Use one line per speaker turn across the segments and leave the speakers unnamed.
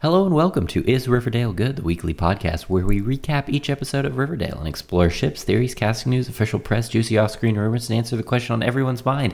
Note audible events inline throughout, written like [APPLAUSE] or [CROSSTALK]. Hello and welcome to Is Riverdale Good, the weekly podcast where we recap each episode of Riverdale and explore ships, theories, casting news, official press, juicy off screen rumors, and answer the question on everyone's mind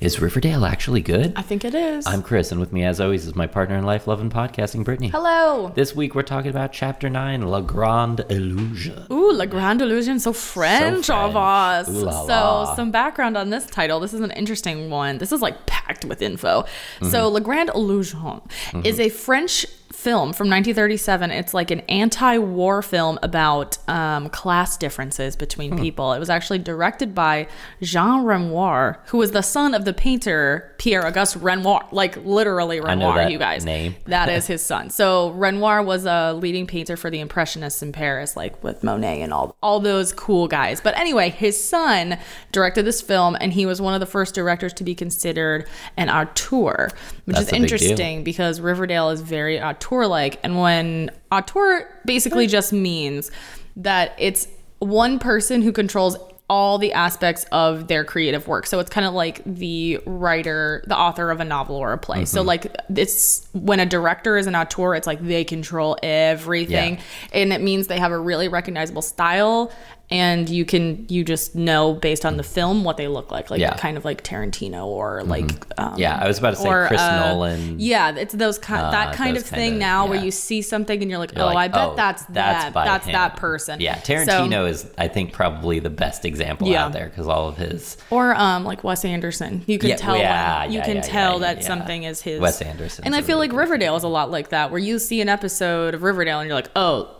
Is Riverdale actually good?
I think it is.
I'm Chris, and with me, as always, is my partner in life, love, and podcasting, Brittany.
Hello.
This week, we're talking about Chapter 9 La Grande Illusion.
Ooh, La Grande Illusion, so French,
French.
of us.
Ooh la
so,
la.
some background on this title. This is an interesting one. This is like packed with info.
Mm-hmm.
So, La Grande Illusion is a French film from 1937. It's like an anti war film about um, class differences between
Hmm.
people. It was actually directed by Jean Renoir, who was the son of the painter Pierre Auguste Renoir. Like, literally, Renoir,
know that
you guys.
name. [LAUGHS]
That is his son. So Renoir was a leading painter for the Impressionists in Paris, like with Monet and all all those cool guys. But anyway, his son directed this film, and he was one of the first directors to be considered an auteur, which
That's
is
a big deal.
interesting because Riverdale is very auteur-like, and when auteur basically just means that it's one person who controls all the aspects of their creative work. So it's kind of like the writer, the author of a novel or a play. So
Mm-hmm.
like it's when a director is an auteur, it's like they control everything
Yeah.
and it means they have a really recognizable style and you can you just know based on the film what they look like like
Mm. Yeah. Mm-hmm.
kind of like Tarantino or like um,
Yeah, I was about to say Chris Nolan.
uh,
Uh,
yeah, it's those ki- that
those
kind
kinda-
of thing now where
yeah.
you see something and you're like,
You're
oh,
like,
I bet
"Oh,
that's that,
by
that's
him."
that person.
Yeah,
So-
Tarantino is, I think, probably the best example
Yeah.
out there because all of his
or um like Wes Anderson. You can
Yeah,
tell
yeah,
when, you
yeah,
can
yeah,
tell
yeah,
that
yeah.
something is his.
Wes Anderson's
And
a
I feel
really
like
good
Riverdale is a lot like that, where you see an episode of Riverdale and you're like, oh.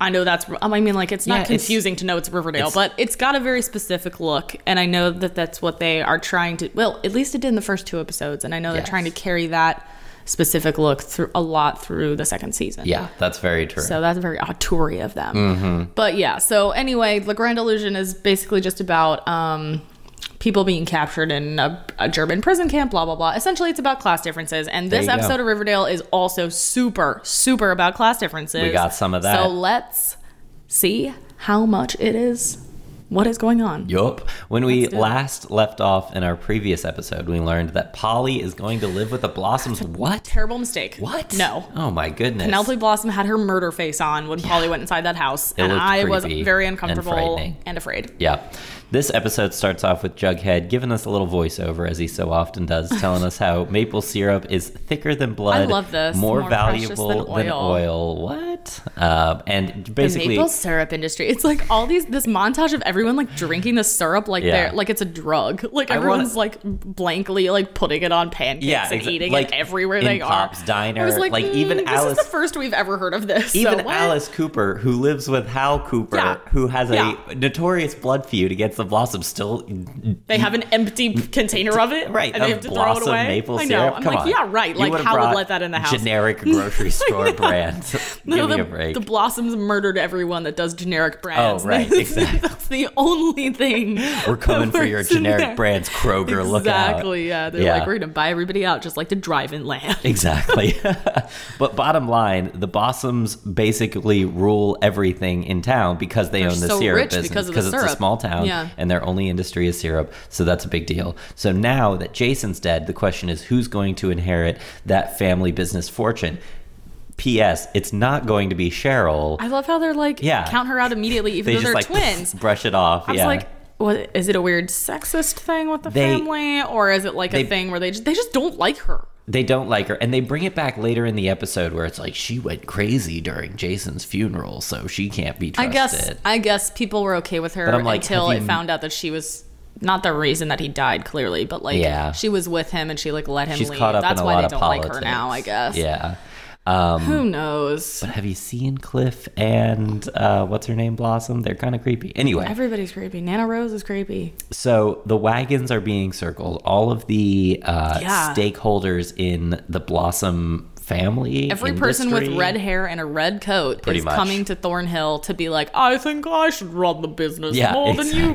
I know that's. um, I mean, like it's
Yeah,
not
it's-
confusing to know it's Riverdale,
it's-
but it's got a very specific look, and I know that that's what they are trying to. Well, at least it did in the first two episodes, and I know
Yes.
they're trying to carry that specific look through a lot through the second season.
Yeah, that's very true.
So that's very auteury of them.
Mm-hmm.
But yeah, so anyway, La Grande Illusion is basically just about um, people being captured in a, a German prison camp, blah, blah, blah. Essentially, it's about class differences. And this
you go.
episode of Riverdale is also super, super about class differences.
We got some of that.
So let's see how much it is, what is going on.
Yup. When we
Let's do it.
last left off in our previous episode, we learned that Polly is going to live with the Blossoms. What?
Terrible mistake.
What?
No.
Oh my goodness.
Penelope Blossom had her murder face on when Polly went inside that house, and
looked
I was
creepy
very
and
uncomfortable
frightening.
and afraid.
Yeah. This episode starts off with Jughead giving us a little voiceover, as he so often
[LAUGHS]
does, telling us how maple syrup is thicker than blood.
love this.
More,
More precious
valuable
than oil.
What? Uh, and basically,
the maple syrup industry. It's like all these this montage of everyone like drinking the syrup like
Yeah.
they're like it's a drug. Like
I wanna-
everyone's like blankly like putting it on pancakes
Yeah,
and
exa-
eating
like,
it everywhere
in
they
Pop's
are.
Diner,
I was like,
like, even
"Mm, this
Alice-
is the first we've ever heard of this. So
Even
what?"
Alice Cooper, who lives with Hal Cooper,
Yeah.
who has
Yeah.
a notorious blood feud against the Blossoms, still
They have an
[LAUGHS]
empty container of it,
Right,
And they
of
have to
blossom
throw it away.
maple
I know.
syrup.
I'm
Come
like,
on.
yeah, right.
You
Like,
would've
how
brought
would let that in the house?
Generic grocery
[LAUGHS]
store brands.
No,
Give me
[LAUGHS] the,
a break. Oh,
the blossoms murdered everyone that does generic brands. [LAUGHS]
right, exactly.
That's the only thing.
We're coming
that [LAUGHS]
for your
works in
generic
there.
brands, Kroger. Look out.
Exactly. Yeah. They're like, we're gonna buy everybody out, just like the drive-in land.
[LAUGHS] Exactly. but bottom line, the Blossoms basically rule everything in town because they own the
so
syrup
rich
business
because of the
because it's a
syrup.
small town
Yeah.
and their only industry is syrup. So that's a big deal. So now that Jason's dead, the question is who's going to inherit that family business fortune? P.S. It's not going to be Cheryl.
I love how they're like,
Yeah.
count her out immediately, even
they
though
just
they're
like [LAUGHS]
twins.
brush it off.
I was
yeah.
like, what, is it a weird sexist thing with the
They-
family, or is it like
they-
a thing where they just, they just don't like her?
they don't like her and they bring it back later in the episode where it's like she went crazy during Jason's funeral, so she can't be
I
trusted.
guess I guess people were okay with her
But I'm like,
until
have
it
you-
found out that she was not the reason that he died, clearly, but like
Yeah.
she was with him and she like let him
She's
leave.
caught up
That's
in a
why
lot
they
of
don't
politics.
like her now, I guess.
Yeah. Um,
Who knows?
Have you seen Cliff and uh, what's her name, Blossom? They're kind of creepy. Anyway,
Everybody's creepy. Nana Rose is creepy.
so the wagons are being circled. All of the uh,
Yeah.
stakeholders in the Blossom family.
Every person with
industry-
red hair and a red coat
Pretty
is
much.
coming to Thornhill to be like, I think I should run the business
Yeah,
more than
exactly.
you,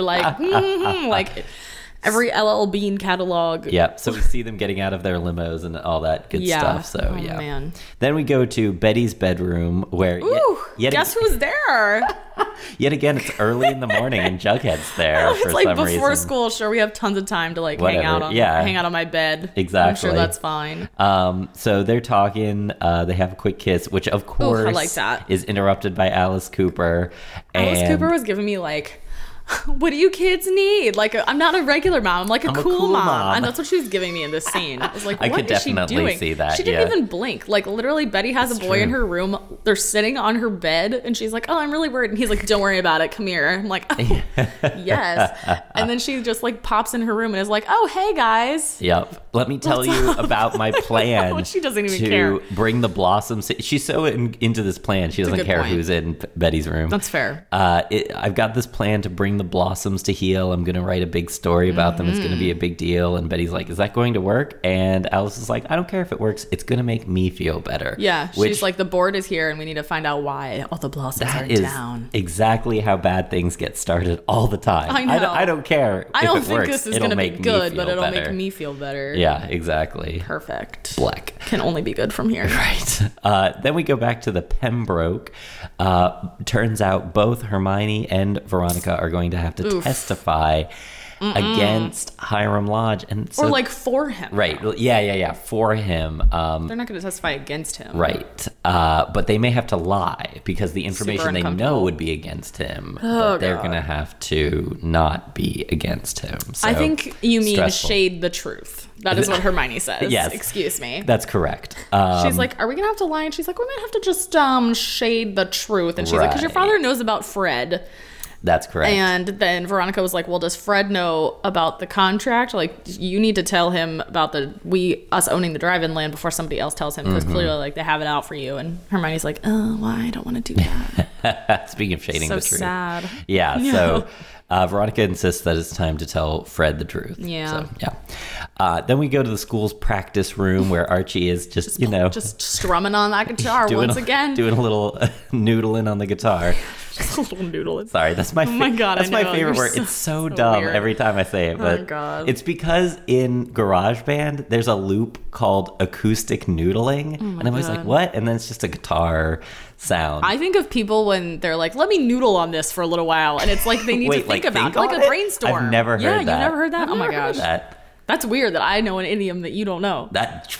[LAUGHS]
Like, mhm, like every LL Bean catalog.
Yeah, so we see them getting out of their limos and all that good
Yeah.
stuff. So
Oh,
yeah,
man.
Then we go to Betty's bedroom where.
Ooh,
yet, yet
guess who's there?
Yet again, it's early in the morning and
[LAUGHS]
Jughead's [LAUGHS] there
it's
for
like
some
before
reason.
school. Sure, we have tons of time to like
Whatever,
hang out on
yeah.
hang out on my bed. I'm
Exactly.
sure that's fine.
Um, so they're talking. Uh, they have a quick kiss, which of course
like that.
is interrupted by Alice Cooper.
Alice
and
Cooper was giving me like, [LAUGHS] "What do you kids need?" Like, i I'm not a regular mom. I'm like a,
I'm
cool, mom. and that's what she was giving me
[LAUGHS]
in this scene. I was like,
I
"What
could
is
definitely
she doing?"
see that,
She didn't
yeah.
even blink. Like, literally, Betty has a boy in
true.
her room. They're sitting on her bed, and she's like, "Oh, I'm really worried." And he's like, "Don't worry about it. Come here." I'm
[LAUGHS]
like, "Oh, [LAUGHS] yes." And then she just like pops in her room and is like, "Oh, hey guys."
Yep. Let me tell you about my plan.
No, [LAUGHS] she doesn't even
to
care.
bring the blossoms. She's so in, into this plan. She doesn't
good
care
point.
who's in Betty's room.
That's fair.
uh, it, I've got this plan to bring the blossoms to heal. I'm going to write a big story about them. It's going to be a
Mm-hmm.
big deal. And Betty's like, Is that going to work? And Alice is like, I don't care if it works. It's going to make me feel better.
Yeah, she's
Which
like the board is here, and we need to find out why all the blossoms are
that is
down.
exactly how bad things get started all the time.
I
don't,
know.
I don't care.
I
if
don't
it
think
works.
this is
It'll
going to be
make me
good, but
feel
it'll
better.
make me feel better.
Yeah, exactly.
Perfect.
Black.
Can only be good from here.
[LAUGHS] Right. Uh, then we go back to the Pembroke. Uh, turns out both Hermione and Veronica are going to have to testify against Hiram Lodge, and so
or like for him.
right, yeah, yeah, yeah, for him. Um,
They're not going to testify against him.
right, uh, but they may have to lie because the information they know
uncomfortable. Oh,
would be against him. but they're
God.
gonna have to not be against him. So
I think you mean
stressful.
shade the truth. That
[LAUGHS]
is what Hermione says.
Yes.
Excuse me.
That's correct. Um,
She's like, are we gonna have to lie? And she's like, we might have to just um shade the truth. And she's like, because your
Right.
father knows about Fred.
that's correct.
And then Veronica was like, well, does Fred know about the contract? Like, you need to tell him about the we us owning the drive-in land before somebody else tells him
Mm-hmm.
because clearly like they have it out for you. And Hermione's like, oh, why I don't
[LAUGHS]
want to do
[LAUGHS]
that.
Speaking of shading
so
the truth.
sad.
Yeah.
No.
So uh, Veronica insists that it's time to tell Fred the truth.
Yeah.
So, yeah. Uh, then we go to the school's practice room where Archie is just, you know,
Just strumming on that guitar
doing,
once
a-
again.
doing a little [LAUGHS] noodling on the guitar.
[LAUGHS] Just a little noodle. It's
Sorry, that's my
Oh my
fa-
God, I
that's my
know,
favorite
you're
word.
so-
it's so,
[LAUGHS] so
dumb
weird. Oh
every time I say it,
my
but
God.
it's because in GarageBand there's a loop called acoustic noodling, and I'm always like,
Oh God.
what? And then it's just a guitar sound.
I think of people when they're like, "Let me noodle on this for a little while," and
[LAUGHS]
it's like they need
Wait,
to
like,
think about
think
it, like
on
a
it?
brainstorm.
I've never heard
yeah,
that.
you never heard that?
I've
oh my
never heard
gosh,
that.
that's weird that I know an idiom that you
[LAUGHS]
don't know.
That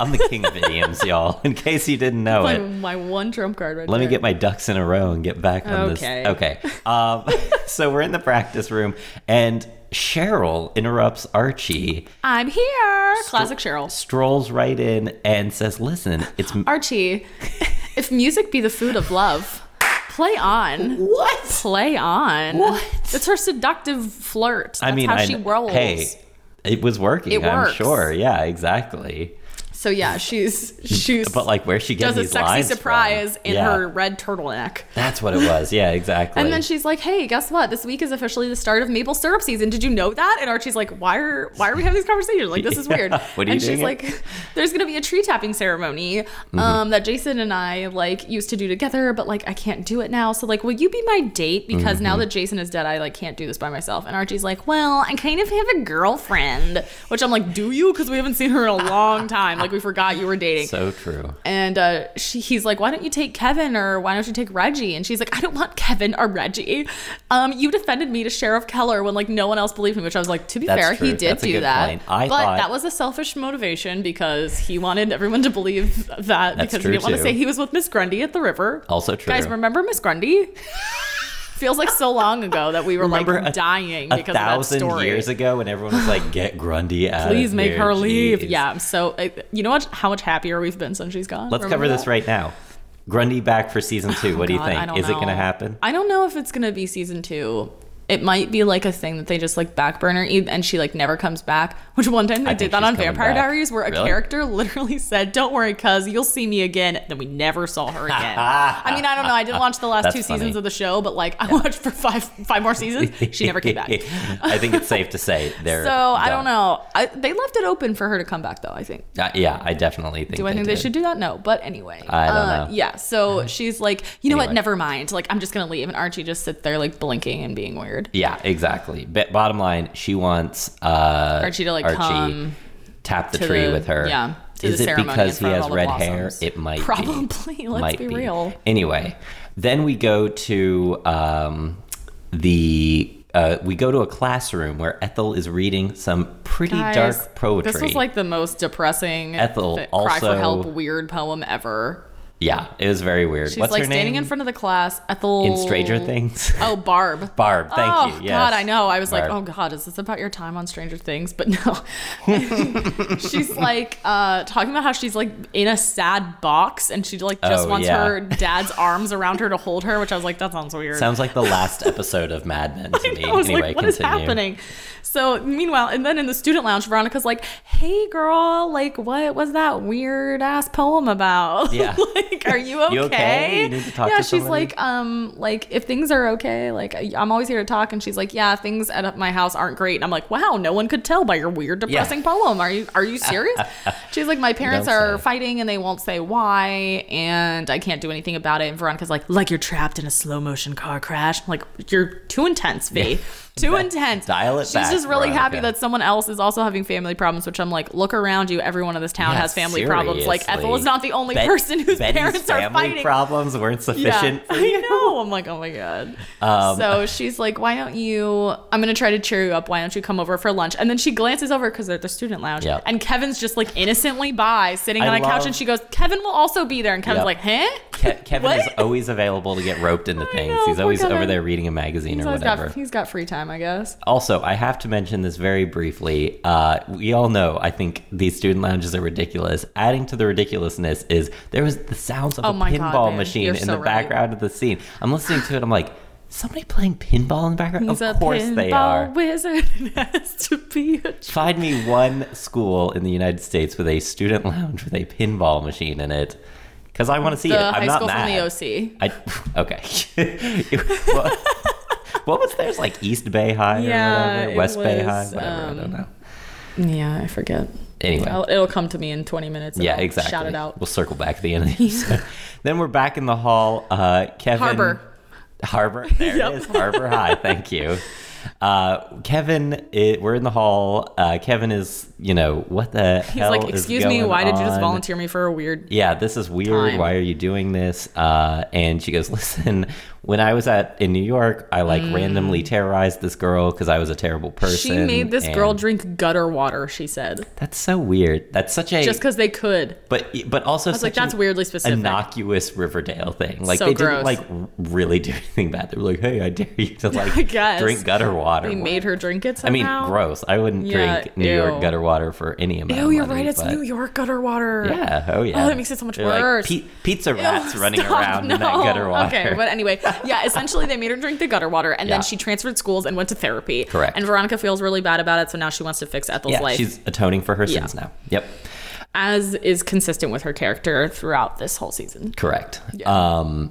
I'm the king of
[LAUGHS]
idioms, y'all. In case you didn't know
That's
it,
like my one trump card right
let me
there.
get my ducks in a row and get back on
Okay.
this. Okay. Um, [LAUGHS] so we're in the practice room, and Cheryl interrupts Archie,
I'm here. Classic Cheryl.
strolls right in, and says, "Listen, it's
Archie, if music be the food of love, play on.
what?
Play on.
What?
It's her seductive flirt. That's
I mean,
how
I,
she rolls.
Hey, it was working.
It
I'm
works.
sure. Yeah, exactly.
So yeah, she's she's
But like, where she getting
does a
these
sexy
lines from?
surprise in
Yeah,
her red turtleneck.
That's what it was. Yeah, exactly.
[LAUGHS] And then she's like, "Hey, guess what? This week is officially the start of maple syrup season. Did you know that?" And Archie's like, "Why are why are we having these conversations? Like this is
[LAUGHS] Yeah.
weird."
What are you
and
doing Mm-hmm.
she's
it?
like, "There's gonna be a tree tapping ceremony um, that Jason and I like used to do together, but like I can't do it now. So like, will you be my date? Because
Mm-hmm.
now that Jason is dead, I like can't do this by myself." And Archie's like, "Well, I kind of have a girlfriend," which I'm like, "Do you? Because we haven't seen her in a long time. Like we forgot you were dating."
so true.
And uh, she, he's like, why don't you take Kevin or why don't you take Reggie? And she's like, I don't want Kevin or Reggie. Um, you defended me to Sheriff Keller when like no one else believed me, which I was like, to be
That's
fair, he
true.
did
That's a
do
good
that.
point. I
but
thought-
that was a selfish motivation because he wanted everyone to believe that because he
true,
didn't want
too.
to say he was with Miss Grundy at the river.
Also true.
Guys, remember
[LAUGHS]
Miss Grundy? Feels like so long ago that we were
Remember
like
a-
dying
a
because
thousand
of that story.
years ago when everyone was like,
[SIGHS]
"Get Grundy out!
Please
of
make
here,
her leave.
jeez."
Yeah, I'm so I, you know what? How much happier we've been since she's gone.
Let's
Remember
cover this
that?
right now. Grundy back for season two. what do you
[SIGHS] God, I
think?
don't
Is it going to
know.
happen?
I don't know if it's gonna be season two. It might be like a thing that they just like back burner e- and she like never comes back. Which one time
I
they
think
did that
she's
on
coming
Vampire
back.
Diaries where a
Really?
character [LAUGHS] literally said, Don't worry, cuz you'll see me again. Then we never saw her again. I mean, I don't know. I didn't watch the
[LAUGHS]
last
That's
two
funny.
seasons of the show, but like I watched for five five more seasons. She never came
[LAUGHS]
back.
I think it's safe to say they're.
[LAUGHS] So I don't
done.
know. I, they left it open for her to come back though, I think.
Uh, yeah, I definitely think.
Do I think they
did.
should do that? No. But anyway. Uh,
I don't know. Uh-huh.
Yeah. So she's like, you know
Anyway.
what? Never mind. Like, I'm just going to leave. And Archie just sits there, like, blinking and being weird.
Yeah, exactly. But bottom line, she wants uh,
Archie to, like,
Archie
come
tap the
to
tree
the-
with her.
yeah, to
Is
the
it
ceremony
because
in
he
front
has
of all the
red
blossoms.
hair? It might be.
[LAUGHS] Probably. Let's
Might
be real.
Anyway, then we go to um, the uh, we go to a classroom where Ethel is reading some pretty
Guys,
dark poetry.
This was like the most depressing
Ethel
fi- cry
also-
for help weird poem ever.
yeah, it was very weird.
She's
What's
like
her name?
standing in front of the class. Ethel
in Stranger Things. [LAUGHS]
Oh, Barb.
Barb, thank
oh,
you. Yes.
God, I know. I was like, oh
Barb.
God, is this about your time on Stranger Things? But no. [LAUGHS] she's like uh, talking about how she's like in a sad box and she like just
Oh,
wants
yeah.
her dad's arms around her to hold her, which I was like, that sounds weird.
Sounds like the
[LAUGHS]
last episode of Mad Men to me.
I was
anyway,
like, what
continue.
is happening? So meanwhile, and then in the student lounge, Veronica's like, "Hey, girl, like, what was that weird ass poem about? [LAUGHS]
Yeah.
like, are [LAUGHS] you okay?
You okay? You need to talk
yeah,
to
she's
somebody?
like, um, like if things are okay, like I- I'm always here to talk. And she's like, yeah, things at my house aren't great. And I'm like, wow, no one could tell by your weird, depressing poem. Are you are you [LAUGHS] serious? she's like, my parents
Don't
are
say.
fighting and they won't say why, and I can't do anything about it. And Veronica's like, like you're trapped in a slow motion car crash. I'm like you're too intense, V. [LAUGHS] Too intense.
[LAUGHS] Dial it
She's
back,
just really happy
Veronica.
that someone else is also having family problems, which I'm like, look around you. Everyone in this town
Yeah,
has family problems. Like Ethel
seriously.
is not the only
Bet-
person whose
Betty's
parents are
family
fighting.
problems weren't
[LAUGHS]
sufficient.
Yeah, I know. I'm like, oh my god.
Um,
so she's like, why don't you? I'm gonna try to cheer you up. Why don't you come over for lunch? And then she glances over because they're at the student lounge,
Yeah.
and Kevin's just like innocently by, sitting
I
on a couch,
love-
and she goes, Kevin will also be there, and Kevin's
Yeah.
like, huh?
Ke- Kevin is
What?
always available to get roped into things.
know,
He's
poor
always over
Kevin.
there reading a magazine
He's
or
always
whatever.
got he's got free time, I guess.
Also, I have to mention this very briefly. Uh, we all know, I think these student lounges are ridiculous. Adding to the ridiculousness is there was the sounds of
Oh
a
my God,
pinball
man.
machine
You're
in
so
the
right.
background of the scene. I'm listening to it. I'm like, somebody playing pinball in the background?
He's
of
a
course
pinball
they are.
wizard. It [LAUGHS] has to be a
Find me one school in the United States with a student lounge with a pinball machine in it. Because I want to see
the
it. I'm
high
not
school
mad.
from the OC.
I okay. [LAUGHS] what, what was theirs like East Bay High
Yeah,
or whatever?
it
West Bay High,
was,
whatever. I don't
um,
know.
Yeah, I forget.
Anyway,
I'll, it'll come to me in 20 minutes. and
yeah,
I'll
exactly.
Shout it out.
We'll circle back at the
[LAUGHS]
end of the episode. then we're back in the hall. Uh, Kevin
Harbor. [LAUGHS]
Harbor. There
Yep.
it is. Harbor High. Thank you. Uh, Kevin, it, we're in the hall. Uh, Kevin is, you know, what the
He's
hell
like,
is
excuse me,
going
why did you just
on?"
volunteer me for a weird
yeah, this is weird.
Time.
Why are you doing this? Uh, and she goes, [LAUGHS] listen, when I was at in New York, I like randomly terrorized this girl because I was a terrible person.
Mm. She made this girl
and-
drink gutter water, she said,
That's so weird. That's such a
just because they could.
but but also
was like,
such an
that's weirdly specific.
Innocuous Riverdale thing. Like
So
they didn't
gross.
like r- really do anything bad. They were like, hey, I dare you
[LAUGHS]
to like
I guess.
drink gutter water.
They made her drink it
I mean,
somehow.
gross. I wouldn't
Yeah,
drink New
ew.
York gutter water for any amount.
Oh,
of
you're
money,
right. It's
but-
New York gutter water. [LAUGHS]
Yeah. Oh, yeah.
Oh, that makes it so much
They're like
worse.
pi- pizza
Ew, [LAUGHS]
rats running
stop,
around in that
no.
gutter water.
Okay, but
[LAUGHS]
anyway, yeah, essentially they made her drink the gutter water and
Yeah.
then she transferred schools and went to therapy.
Correct.
And Veronica feels really bad about it, so now she wants to fix Ethel's
yeah,
life.
she's atoning for her sins now. Yep.
as is consistent with her character throughout this whole season.
Correct. Um,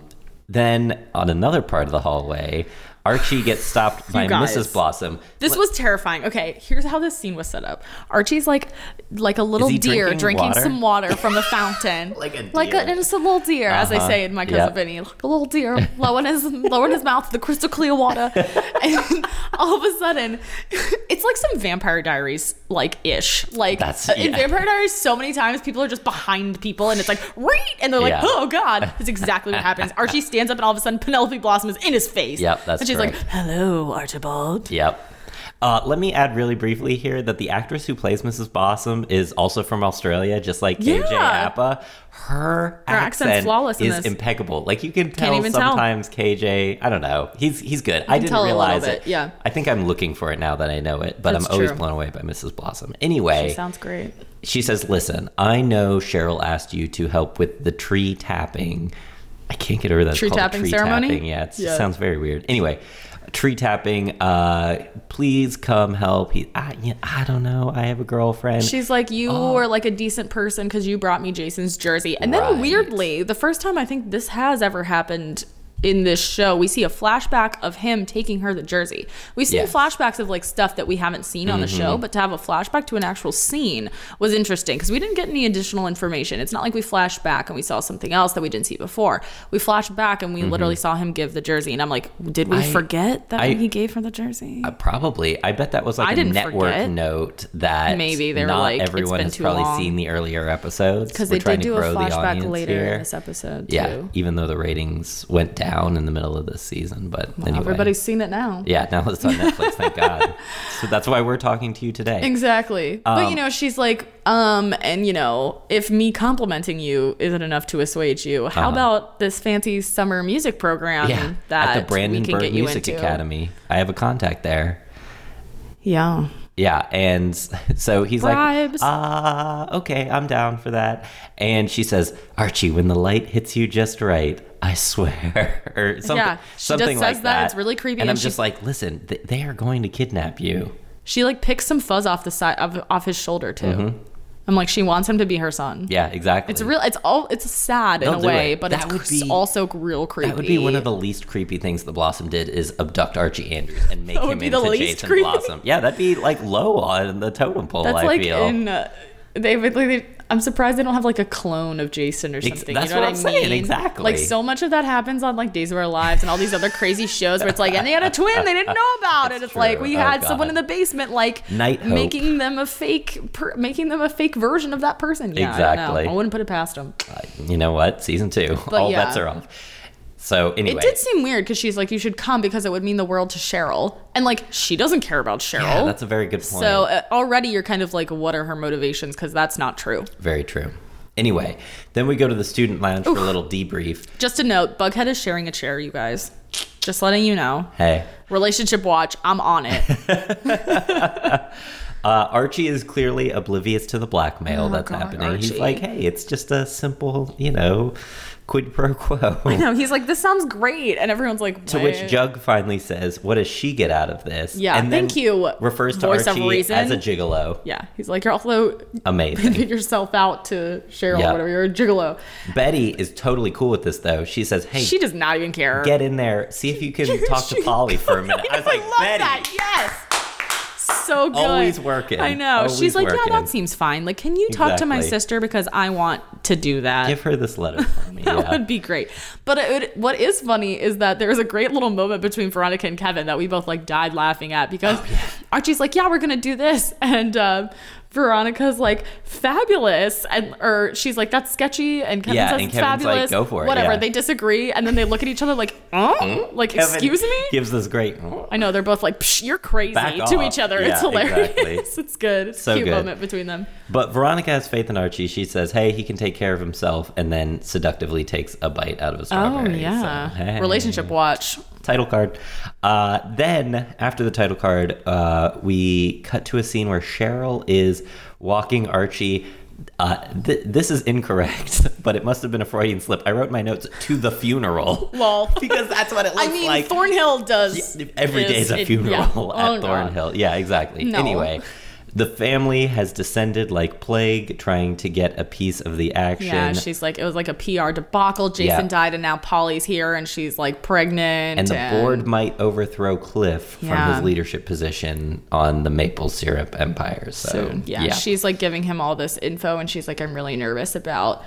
then on another part of the hallway, Archie gets
[LAUGHS]
stopped by
guys.
Mrs. Blossom.
This was terrifying. Okay, here's how this scene was set up. Archie's like, like a little
he
deer
drinking
drinking,
water?
some water from the fountain,
[LAUGHS] Like a
like
deer.
an innocent little deer, as they
Uh-huh.
say in my cousin
Yep.
Vinny, like a little deer, low
[LAUGHS]
in his low in his mouth, the crystal clear water, and all of a sudden, it's like some Vampire Diaries like ish. Like
That's-
in
yeah.
Vampire Diaries, so many times people are just behind people, and it's like reet, and they're like,
Yeah.
oh god, that's exactly what
[LAUGHS]
happens. Archie stands up, and all of a sudden, Penelope Blossom is in his face.
Yep, that's
and she's like,
correct.
hello, Archibald.
Yep. Uh, let me add really briefly here that the actress who plays Mrs. Blossom is also from Australia, just like KJ
Yeah.
Appa. Her,
accent's
accent
flawless in
is
this.
impeccable. Like you can tell
even tell.
sometimes KJ. I don't know. He's he's good. I didn't
tell a little
realize
bit,
it.
yeah.
I think I'm looking for it now that I know it, but
That's
I'm always
true.
blown away by Mrs. Blossom. Anyway,
Sounds great.
She says, Listen, I know Cheryl asked you to help with the tree tapping. I can't get over that. It's
Tree
called a
tapping ceremony?
Tapping. Yeah, it's-
Yeah.
it sounds very weird. Anyway, tree tapping. Uh, please come help. He, I, yeah, I don't know. I have a girlfriend.
She's like, you
Oh.
were like a decent person because you brought me Jason's jersey. And
Right.
then weirdly, the first time I think this has ever happened in this show, we see a flashback of him taking her to Jersey. We've seen
Yes. Mm-hmm.
flashbacks of like stuff that we haven't seen on the show, but to have a flashback to an actual scene was interesting because we didn't get any additional information. It's not like we flashed back and we saw something else that we didn't see before. We flashed back and we literally saw him give the jersey, and I'm like, did we
Mm-hmm. I-
forget that
I-
he gave her the jersey?
Uh, Probably. I bet that was like
I
a
didn't
network
forget.
note that
Maybe they were
not
like, it's
everyone
been
has
too
probably
long.
seen the earlier episodes.
Because
We're
they
trying
did
to
do a
grow the
flashback
audience
later
here.
in this episode. Too.
Yeah, even though the ratings went down in the middle of this season, but anyway.
Everybody's seen it now.
yeah, now it's on Netflix.
[LAUGHS]
thank God. So that's why we're talking to you today.
Exactly. but you know, she's like, um, and you know, if me complimenting you isn't enough to assuage you, how about this fancy summer music program
Uh-huh. yeah,
that
at the
we can
Brandenburg
get you
Music
into?
Academy, I have a contact there.
Yeah.
Yeah, and [LAUGHS] so he's like,
Bribes.
"Ah, okay, I'm down for that." And she says, "Archie, when the light hits you just right, I swear," [LAUGHS] or something,
Yeah, she just
something like
says that. It's really creepy,
And,
and
I'm
she-
just like, "Listen, th- they are going to kidnap you."
She like picks some fuzz off the side of off his shoulder too. I'm like, she wants him to be her son.
Mm-hmm. Yeah, exactly.
It's real. It's all. It's sad in
They'll
a
do
way,
it.
but
That
it's
would be-
also real creepy.
That would be one of the least creepy things the Blossom did is abduct Archie Andrews and make
That would
him
be
into
the least
Jason
creepy.
Blossom. Yeah, that'd be like low on the totem pole.
That's
I
like
feel.
in. Uh, they, they, they- I'm surprised they don't have like a clone of Jason or something.
that's
you know
what
what,
I'm
I mean?
saying, exactly.
Like so much of that happens on like Days of Our Lives and all these other crazy shows where it's like, and they had a twin, they didn't know
[LAUGHS]
about it.
It's
It's like
true.
we
Oh,
had someone
God.
in the basement, like
Night Hope.
making them a fake, per, making them a fake version of that person. Yeah, I, don't
Exactly.
know. I wouldn't put it past them.
Uh, you know what? Season two,
But
all
yeah.
bets are off. So anyway,
It did seem weird because she's like, you should come because it would mean the world to Cheryl, and like she doesn't care about Cheryl.
yeah, that's a very good point.
so uh, already you're kind of like, what are her motivations? Because that's not true.
Very true. Anyway, then we go to the student lounge for a little debrief.
Just a note, Bughead is sharing a chair, you guys. Just letting you know.
Hey,
Relationship watch, I'm
[LAUGHS]
on it.
uh, Archie is clearly oblivious to the blackmail that's
Oh, God,
happening. He's
Archie.
like, hey, it's just a simple, you know, quid pro
[LAUGHS]
quo.
no, he's like, this sounds great. And everyone's like,
To which Jug finally says, what does she get out of this?
Yeah,
and then
thank you,
Refers to
voice of
Archie
reason.
as a gigolo.
Yeah, he's like, you're also
Amazing.
[LAUGHS] pimp yourself out to Cheryl,
Yeah.
whatever, you're a gigolo.
Betty is totally cool with this, though. She says, hey,
She does not even care. [LAUGHS]
get in there, see if you can talk to Polly for a minute. I was like,
love
Betty.
that. Yes. So good.
Always working.
I know.
Always
She's like, yeah,
working."
that seems fine. Like, can you talk to my
Exactly.
sister because I want to do that?
Give her this letter for me.
[LAUGHS] That
yeah.
would be great. But it, would- what is funny is that there was a great little moment between Veronica and Kevin that we both like died laughing at because
Oh,
Archie's like, "Yeah, we're gonna do this," [LAUGHS] and um, Veronica's like, "Fabulous," and or she's like, "That's sketchy," and Kevin
Yeah,
says,
and
"It's
Kevin's like,
fabulous."
"Go for it,"
Whatever.
yeah. Hmm?
They disagree, and then they look at each other like, "Huh?" Like,
Kevin
"Excuse me."
Gives this great.
I know they're both like, Psh, "You're crazy"
Back
to
off.
each other.
Yeah,
it's hilarious. [LAUGHS]
exactly.
it's good. It's
So
a cute
good.
moment between them.
But Veronica has faith in Archie. She says, "Hey, he can take care of himself," and then seductively takes a bite out of a
Oh
strawberry.
yeah,
So, hey.
relationship watch.
title card. Uh, then after the title card, uh, we cut to a scene where Cheryl is walking Archie. Uh, th- this is incorrect, [LAUGHS] but it must have been a Freudian slip. I wrote my notes to the
[LAUGHS]
funeral
Lol.
[LAUGHS] because that's what it looks
I mean,
like.
Thornhill does.
Every day is a
it-
funeral [LAUGHS]
yeah.
at
Oh, God.
Thornhill. Yeah, exactly.
No.
Anyway, the family has descended like plague, trying to get a piece of the action.
Yeah, she's like, it was like a PR debacle. Jason
Yeah.
died, and now Polly's here, and she's like pregnant.
and the board might overthrow Cliff from
Yeah.
his leadership position on the maple syrup empire. So,
So, yeah, she's like giving him all this info, and she's like, I'm really nervous about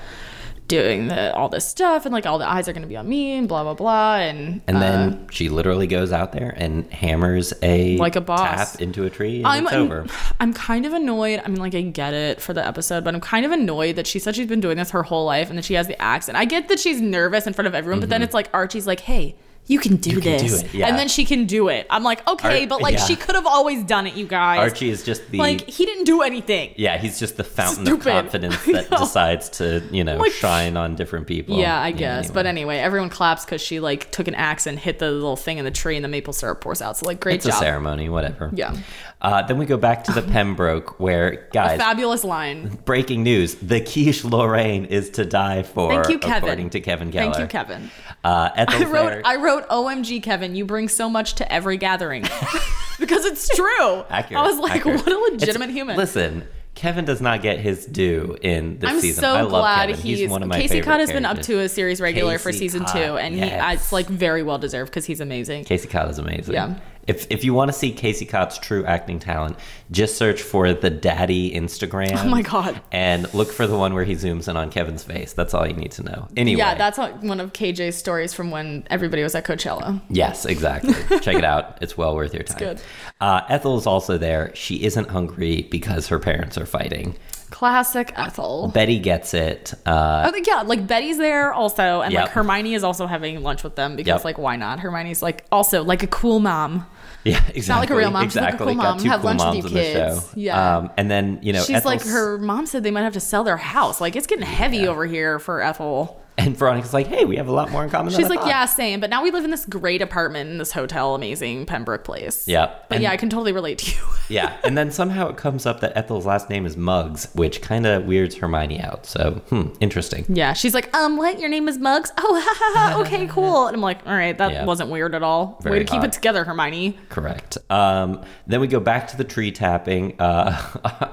doing the, all this stuff, and like all the eyes are going to be on me, and blah, blah, blah. And,
and
uh,
then she literally goes out there and hammers a
Like a boss.
tap into a tree, and
I'm,
it's
[LAUGHS]
over.
I'm kind of annoyed. I mean, like, I get it for the episode, but I'm kind of annoyed that she said she's been doing this her whole life and that she has the axe. And I get that she's nervous in front of everyone, but then it's like Archie's like, hey, you can do
Mm-hmm. can
this.
do it, yeah.
And then she can do it. I'm like, okay,
Ar-
but like,
yeah.
she could have always done it, you guys.
Archie is just the
like, he didn't do anything.
yeah, he's just the fountain of
Stupid.
confidence
[LAUGHS] I
that
know.
decides to you know
Like-
shine on different people.
yeah, I guess.
anyway.
But uh, anyway, everyone claps because she like took an axe and hit the little thing in the tree and the maple syrup pours out. So, like, great
it's a
job.
ceremony, whatever.
Yeah.
Uh, then we go back to
[LAUGHS]
the Pembroke, where guys,
Fabulous
[LAUGHS]
line.
breaking news: the quiche Lorraine is to die for.
Thank you, Kevin.
According to Kevin Keller.
Thank you, Kevin.
Uh, Ethel's
[LAUGHS] I wrote,
there-
I wrote, OMG, Kevin, you bring so much to
[LAUGHS]
every gathering [LAUGHS] because it's true.
Accurate,
I was like,
accurate.
what a
It's-
legitimate human.
Listen, Kevin does not get his due in this
I'm
season.
so
I love
glad
Kevin.
he's,
He's, one of my
Casey
favorite
Cott has been up
characters.
to a series regular for
Casey
season
Cott,
two, and he
yes.
it's like very well deserved because he's amazing.
Casey Cott is amazing.
Yeah.
If if you want to see Casey Cott's true acting talent, just search for the Daddy Instagram.
Oh my God.
And look for the one where he zooms in on Kevin's face. That's all you need to know. Anyway.
Yeah, that's like one of KJ's stories from when everybody was at Coachella.
Yes, exactly. Check
[LAUGHS]
it out. It's well worth your time.
good.
Uh, Ethel is also there. She isn't hungry because her parents are fighting.
Classic Ethel.
Betty gets it. Uh,
I think yeah, like Betty's there also, and
Yep.
like Hermione is also having lunch with them because
Yep.
like why not? Hermione's like also like a cool mom.
yeah, exactly.
not like a real mom. She's like a
Exactly.
cool
Got
mom.
two
Have
cool
lunch with
moms
your
in the show.
kids. Yeah.
Um, and then you know,
She's like
Ethel's-
her mom said they might have to sell their house. Like it's getting heavy over here for Ethel.
[LAUGHS] And Veronica's like, hey, we have a lot more in common.
She's
than I
like,
thought.
yeah, same. But now we live in this great apartment in this hotel, amazing Pembroke place.
Yep.
But
And-
yeah, I can totally relate to you. [LAUGHS]
Yeah, and then somehow it comes up that Ethel's last name is Muggs, which kind of weirds Hermione out. So, hmm, interesting.
Yeah, she's like, um, what? Your name is Muggs? [LAUGHS] Oh, ha, ha, ha, okay, cool. And I'm like, all right, that
Yeah.
wasn't weird at all.
Very
Way to keep
odd.
it together, Hermione.
Correct. Um, then we go back to the tree tapping. Uh,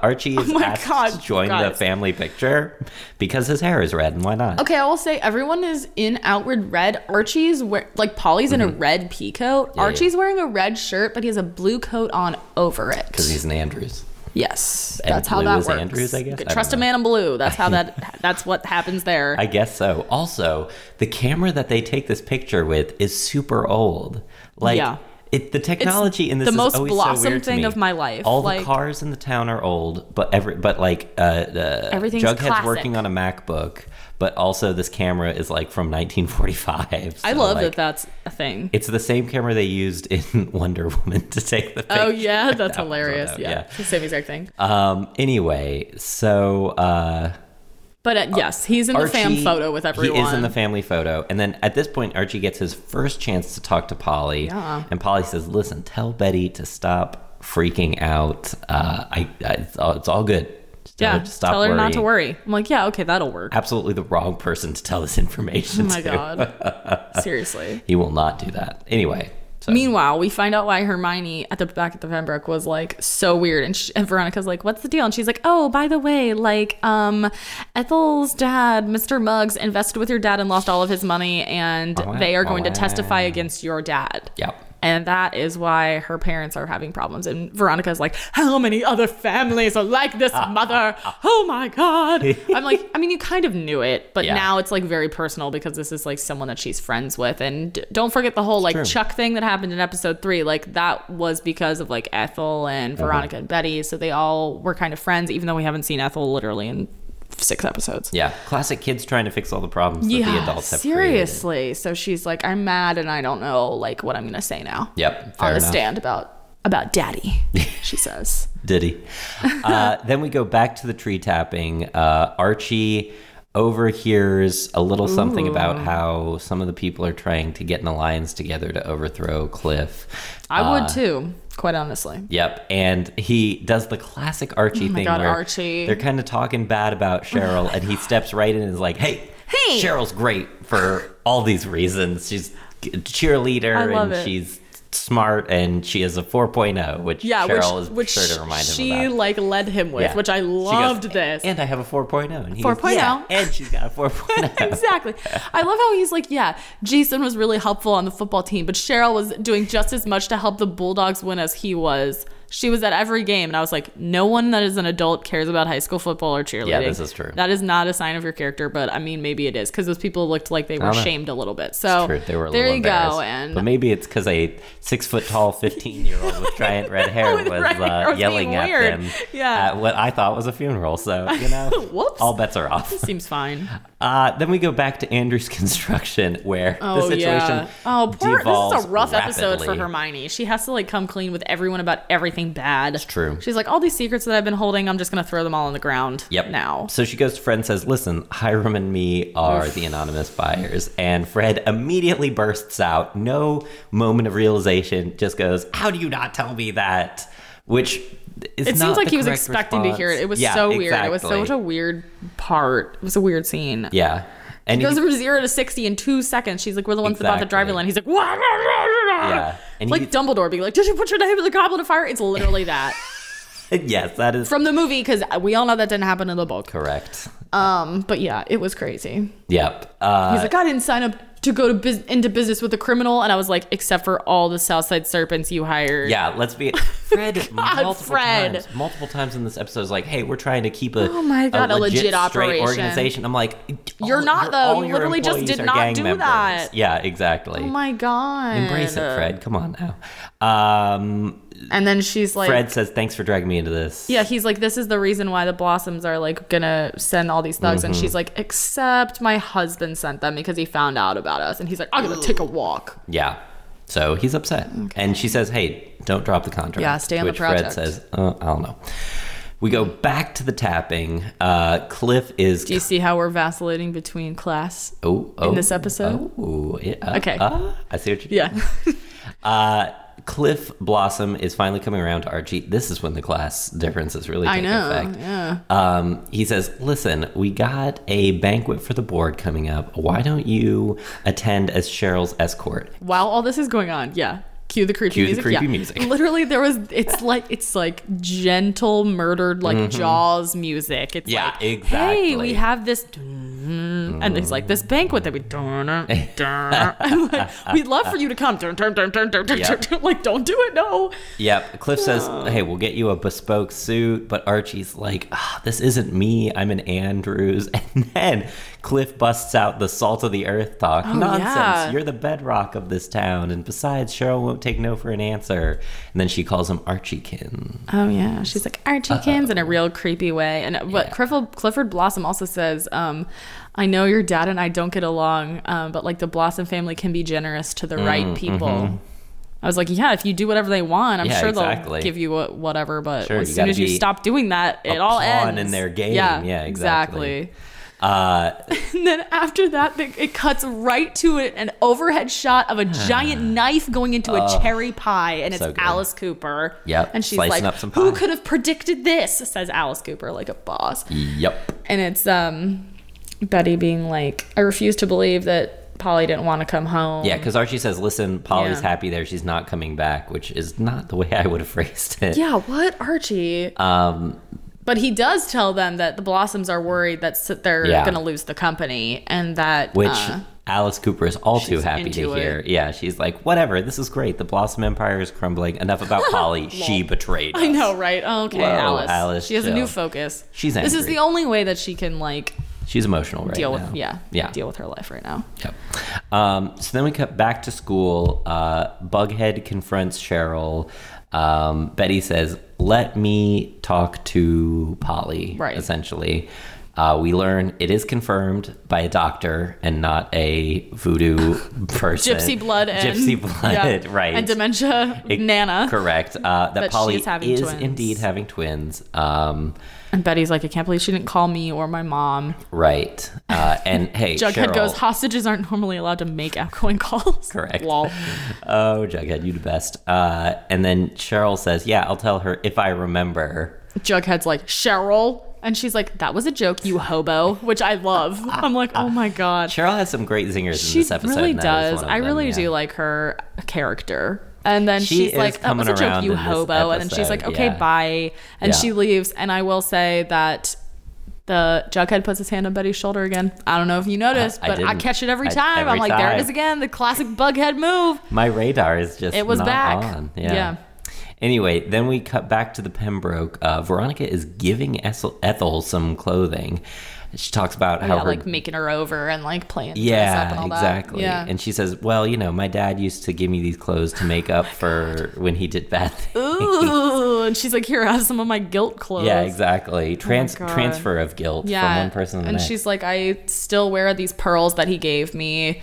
[LAUGHS] Archie is
Oh my
asked
God,
to join the
guys.
family picture because his hair is red, and why not?
Okay, I will say everyone is in outward red. Archie's wear- like Polly's in a red pea coat.
Mm-hmm. yeah.
Archie's wearing a red shirt, but he has a blue coat on over it.
Because he's an Andrews.
yes,
and
that's how
blue
that
is
works.
Andrews, I guess?
You could
I don't
trust a
know.
man
[LAUGHS]
in blue. That's how that. that's what happens there.
I guess so. Also, the camera that they take this picture with is super old. Like,
Yeah.
it, the technology in this
the
is
most
always so
Blossom
weird to
thing
me.
of my life,
All the
like-
cars in the town are old, but every but like uh, uh,
Everything's
Jughead's
classic.
working on a MacBook, but also this camera is like from 1945.
I
so,
love
like,
that. That's a thing.
It's the same camera they used in [LAUGHS] Wonder Woman to take the.
Oh
picture. [LAUGHS]
yeah, that's
That was
hilarious.
one of-
Yeah, It's the same exact thing.
Um. Anyway, so. uh
But uh, yes, he's in the fam photo with everyone.
He is in the family photo. And then at this point, Archie gets his first chance to talk to Polly.
Yeah.
And Polly says, Listen, tell Betty to stop freaking out. Uh, I, I it's, all, it's all good. Just tell
yeah,
her to stop
tell her not to
worrying."
worry. I'm like, yeah, okay, that'll work.
Absolutely the wrong person to tell this information
Oh my
to.
god, seriously.
[LAUGHS] He will not do that. Anyway. So.
Meanwhile, we find out why Hermione at the back of the Pembroke was like so weird, and, she, and Veronica's like, "What's the deal?" And she's like, "Oh, by the way, like, um, Ethel's dad, Mr. Muggs, invested with your dad and lost all of his money, and
wow.
they are
Oh,
going to
wow.
testify against your dad."
Yep.
And that is why her parents are having problems. And Veronica's like, How many other families are like this,
Ah,
mother? Oh my God.
[LAUGHS]
I'm like, I mean, you kind of knew it, but
Yeah.
now it's like very personal because this is like someone that she's friends with. And d- don't forget the whole like
true.
Chuck thing that happened in episode three. Like, that was because of like Ethel and
Mm-hmm.
Veronica and Betty. So they all were kind of friends, even though we haven't seen Ethel literally in six episodes.
Yeah. Classic kids trying to fix all the problems that the adults have created.
seriously. So she's like, I'm mad and I don't know like what I'm going to say now
Yep. Fair
on the
enough.
stand about about daddy
[LAUGHS]
she says
Did
[LAUGHS]
he? Uh, then we go back to the tree tapping. Uh, Archie overhears a little something about how some of the people are trying to get an alliance together to overthrow Cliff.
i
Uh,
would too quite honestly
Yep, and he does the classic Archie
Oh my
thing
God,
where
Archie. Oh
they're kind of talking bad about Cheryl, and he steps right in and is like, "Hey,
Hey!"
Cheryl's great for all these reasons. She's a cheerleader,
I love
and
it.
she's smart, and she is a 4.0, which
yeah
Cheryl
which
is
which
sure to remind him
she
about.
like led him with
Yeah.
which i
She goes, "Eh,
loved
"A-
this oh.
And I have a 4.0. And he
4.0.
Goes, yeah, and she's got a oh." 4.0.
[LAUGHS] exactly i love how he's like yeah jason was really helpful on the football team but cheryl was doing just as much to help the bulldogs win as he was she was at every game and i was like no one that is an adult cares about high school football or cheerleading
this is true.
that is not a sign of your character but i mean maybe it is because those people looked like they were
don't know.
shamed a little bit [LAUGHS] so
True, They were a
there
little
you go
embarrassed.
and
but maybe it's because a six foot tall 15 year old with giant red hair was,
[LAUGHS] With red
uh,
hair was
yelling
being
at
weird.
them
Yeah.
at what I thought was a funeral. So, you know,
[LAUGHS] Whoops.
all bets are off.
seems fine
Uh, then we go back to Andrew's [LAUGHS] construction where the
Oh
situation
yeah. Oh, poor. This
devolves
is a rough episode for
rapidly.
Hermione. She has to like come clean with everyone about everything bad. It's
true.
She's like, all these secrets that I've been holding, I'm just gonna throw them all on the ground.
Yep.
Now.
So she goes to Fred and says, Listen, Hiram and me are the anonymous buyers. And Fred immediately bursts out, no moment of realization, just goes, How do you not tell me that? Which is
It
not
seems like
the
he was
correct
expecting to hear it.
response.
It was
Yeah,
so weird. It was
exactly.
such a weird part. It was a weird scene.
Yeah. And
He goes
he-
from zero to sixty in two seconds. She's like, "We're the ones that bought the
Exactly.
driving line." He's like, "What?" Yeah.
And
like
he-
Dumbledore being like, "Did you put your name in the goblet of fire?" It's literally that.
[LAUGHS] yes, that is
from the movie because we all know that didn't happen in the book.
correct.
Um, but yeah, it was crazy.
Yep. Uh,
He's like, I didn't sign up to go to bus- into business with a criminal, and I was like, except for all the Southside Serpents you hired.
yeah, let's
[LAUGHS]
be Fred multiple
Oh Fred.
times. Multiple times in this episode is like, "Hey, we're trying to keep a
Oh my God, a legit
straight
operation.
organization." I'm like, all-
You're not, though.
all
You
your
literally just
employees
did
are
not
gang
do
members.
that.
Yeah, exactly.
Oh my god.
Embrace it, Fred. Come on now. Um,
And then she's like,
Fred says, "Thanks for dragging me into this."
Yeah, he's like, this is the reason why the Blossoms are like gonna send all these thugs.
Mm-hmm.
And she's like, except my husband sent them because he found out about us. And he's like, I'm gonna take a walk.
Yeah. So he's upset. And she says, hey, don't drop the contract.
Yeah, stay on
To
the
which Fred
project.
says, uh, I don't know. We go back to the tapping. Uh, Cliff is.
Do you see how we're vacillating between class?
oh, oh,
this episode?
Oh, yeah, uh,
Okay.
uh, I see what you
Yeah.
Uh, Cliff Blossom is finally coming around to Archie. This is when the class differences really take
I know.
effect.
Yeah.
Um, he says, Listen, we got a banquet for the board coming up. Why don't you attend as Cheryl's escort?
While all this is going on, yeah. Cue the creepy
Cue the
music.
creepy
yeah.
music.
Literally there was it's
[LAUGHS]
like it's like gentle murdered like Jaws music. It's
Mm-hmm. Yeah,
like Hey,
exactly.
we have this and it's like this banquet that we
[LAUGHS]
I'm like, we'd love for you to come.
Yeah.
Like, don't do it, no.
Yep. Cliff says, "Hey, we'll get you a bespoke suit," but Archie's like, ah, "This isn't me. I'm an Andrews." [LAUGHS] And then Cliff busts out the salt of the earth talk. Nonsense.
Oh, yeah.
You're the bedrock of this town, and besides, Cheryl won't take no for an answer. And then she calls him Archiekin.
Oh yeah. She's like Archie Kins in a real creepy way. And but Clifford, Clifford Blossom also says, um, I know your dad and I don't get along, um, but like the Blossom family can be generous to the
Mm,
right people. I was like, yeah, if you do whatever they want, I'm
mm-hmm. Yeah,
sure
exactly.
they'll give you a, whatever. But
Sure, you
as soon
gotta
as you
be
stop doing that, it all
pawn
ends
in their game. Yeah, exactly.
exactly.
Uh,
And then after that, they- it cuts right to it, an overhead shot
[SIGHS]
of a giant knife going into a cherry pie, and it's
so good.
Alice Cooper.
Yep,
And she's
slicing
like,
up some
"Who
pie."
could have predicted this?" Says Alice Cooper, like a boss.
yep.
And it's um, Betty being like, "I refuse to believe that Polly didn't want to come home."
Yeah, because Archie says, "Listen, Polly's
Yeah.
happy there. She's not coming back," which is not the way I would have phrased it.
Yeah. What Archie?
Um,
but he does tell them that the Blossoms are worried that s- they're
Yeah.
going to lose the company, and that
which
uh,
Alice Cooper is all too
she's
happy to
into it.
hear. Yeah, she's like, whatever, this is great. The Blossom Empire is crumbling. Enough
[LAUGHS]
about Polly. she betrayed us.
I know, right? Okay,
Whoa,
Alice.
Alice,
She has a new
chill.
focus.
She's
This is
angry.
the only way that she can like
She's emotional right
deal
now.
with yeah,
Yeah.
deal with her life right now.
Yep. Um, so then we cut back to school. Uh, Bughead confronts Cheryl. Um, Betty says, let me talk to Polly,
Right.
essentially. Uh, we learn it is confirmed by a doctor and not a
[LAUGHS]
voodoo person.
Gypsy blood and
Gypsy blood,
[LAUGHS] yeah,
[LAUGHS] right.
And dementia
It-
Nana.
Correct. Uh, that
But she
Polly
is
is,
having twins.
indeed having twins. Um,
And Betty's like, I can't believe she didn't call me or my mom.
right. Uh, and hey,
[LAUGHS] Jughead
Cheryl.
goes, hostages aren't normally allowed to make outgoing [LAUGHS] calls.
Correct.
Lol.
Oh, Jughead, you the best. Uh, and then Cheryl says, "Yeah, I'll tell her if I remember."
Jughead's like, Cheryl. And she's like, that was a joke, you hobo, which I love. I'm like, oh my God.
Cheryl has some great zingers in
She
this episode.
really
and that is
does.
one of
I
them,
really
yeah.
do like her character. And then
She
she's
is
like, "That was a
coming
joke,
around
you
in this
hobo." And then she's like,
episode,
"Okay,
yeah.
bye." And
Yeah.
she leaves. And I will say that the Jughead puts his hand on Betty's shoulder again. I don't know if you noticed,
I
but I,
didn't.
catch it every
I-
time.
every
I'm like, "There it is
time."
again, the classic Bughead move."
My radar is just
It was
not
back.
on. Yeah.
Yeah.
Anyway, then we cut back to the Pembroke. Uh, Veronica is giving Ethel, Ethel some clothing. She talks about how
Yeah,
her
like making her over and like playing dress up and
Yeah,
all
exactly.
that. Yeah,
And she says, "Well, you know, my dad used to give me these clothes to make up for when he did bad things."
Ooh, and she's like, "Here, have some of my guilt clothes."
Yeah, exactly. Trans
Oh God.
transfer of guilt from one person to the
and
next.
she's like, I still wear these pearls that he gave me.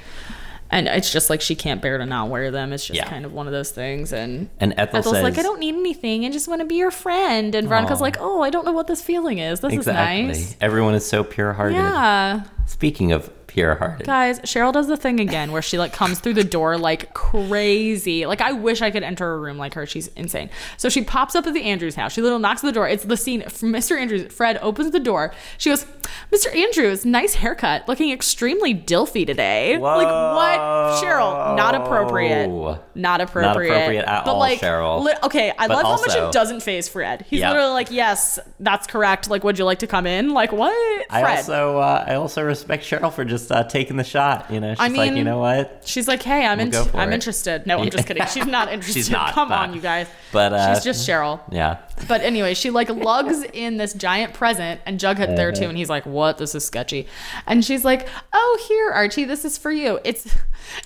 And it's just like she can't bear to not wear them. It's just
Yeah.
kind of one of those things. And,
and Ethel
Ethel's
says,
like, I don't need anything. I just want to be your friend. And Veronica's
Aw.
like, Oh, I don't know what this feeling is. This
exactly.
is nice.
Everyone is so pure-hearted.
Yeah.
Speaking of pure-hearted,
[LAUGHS] Guys, Cheryl does the thing again where she like comes through the door like crazy. Like I wish I could enter a room like her. She's insane. So she pops up at the Andrews house. She little knocks on the door. It's the scene from Mr. Andrews. Fred opens the door. She goes, Mr. Andrews, nice haircut. Looking extremely dilfy today. Like, what? Cheryl, not appropriate.
Whoa.
Not appropriate.
appropriate at
but
all,
like,
Cheryl.
li- okay, I
But
love how much
also-
it doesn't phase Fred. He's
Yeah.
literally like, yes, that's correct. Like, would you like to come in? Like, what? Fred.
I also uh, I also respect Cheryl for just uh, taking the shot. You know, she's
I
like, you
mean-
know what?
She's like, hey, I'm in-
go for
I'm
it.
interested. No, I'm just kidding.
[LAUGHS]
She's not interested.
not,
Come
but-
on, you guys.
but, uh,
she's just Cheryl.
Yeah,
But anyway, she like lugs in this giant present and Jughead there too, and he's like, "What? This is sketchy." And she's like, "Oh, here, Archie, this is for you. It's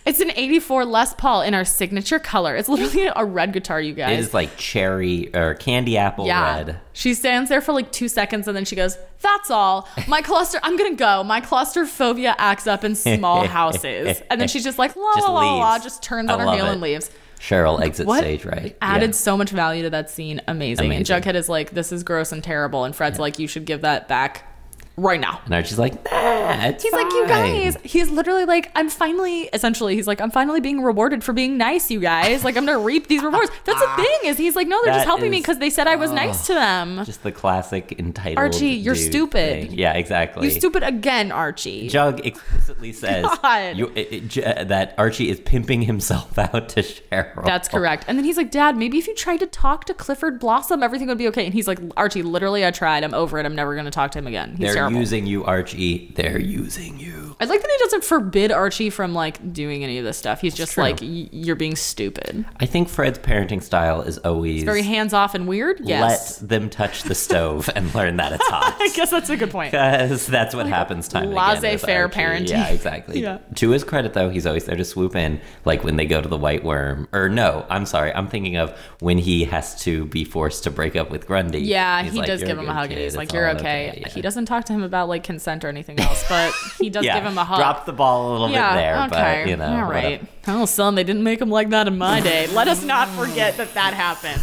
it's an '84 Les Paul in our signature color. It's literally a red guitar, you
it
guys."
is like cherry or candy apple red.
She stands there for like two seconds and then she goes, That's all. My cluster, I'm going to go. My claustrophobia acts up
[LAUGHS]
in small houses. And then she's just like, la,
Just
la, la, la,
leaves.
just turns
I
on her
love
heel
it.
and leaves.
Cheryl exit
What?
stage right.
Added
Yeah.
so much value to that scene. Amazing.
Amazing.
And Jughead is like, This is gross and terrible. And Fred's like, You should give that back right now.
And Archie's like, nah, it's
He's like, you
fine."
guys. He's literally like, I'm finally, essentially, he's like, I'm finally being rewarded for being nice, you guys. Like, I'm gonna reap these rewards. That's the thing is, he's like, no, they're
Ah. That
just helping me
is- ah.
because they said I was nice to them.
Just the classic entitled.
Archie, you're
dude
stupid.
thing. Yeah, exactly.
You stupid again, Archie.
Jug explicitly
[LAUGHS]
says
God.
you, it, it, J- that Archie is pimping himself [LAUGHS] out to Cheryl.
That's correct. And then he's like, Dad, maybe if you tried to talk to Clifford Blossom, everything would be okay. And he's like, Archie, literally, I tried. I'm over it. I'm never going to talk to him again. He's
They're
terrible.
using you, Archie. They're using you.
I like that he doesn't forbid Archie from like doing any of this stuff. He's just
true.
like, y- you're being stupid.
I think Fred's parenting style is always
Very hands off and weird. Yes.
let them touch the stove and learn that it's
[LAUGHS]
hot.
I guess that's a good point.
Because that's what happens time and again. with
laissez-faire
Archie.
parenting.
Yeah, exactly.
Yeah.
To his credit, though, he's always there to swoop in, like when they go to the White Worm. Or no, I'm sorry, I'm thinking of when he has to be forced to break up with Grundy.
Yeah,
He's
he
like,
does
"You're
give him a
good
hug
kid,
and he's
it's
like,
all
You're okay.
Yeah.
He doesn't talk to him about like consent or anything else, but
[LAUGHS]
he does give him a hug.
Dropped the ball a little bit there, but you know,
All right.
whatever.
Oh, son, they didn't make him like that in my day. Let us not forget that that happened.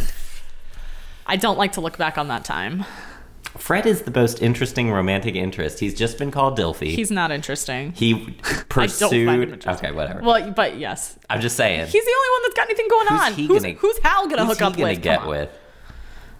I don't like to look back on that time.
Fred is the most interesting romantic interest. He's just been called Dilfy.
He's not interesting.
he
find him
pursued.
interesting.
Okay, whatever.
Well, but yes,
I'm just saying.
he's the only one that's got anything going
Who's
on.
he
who's,
gonna-
who's Hal gonna
who's
hook up
he gonna
with?
get
Come on.
with?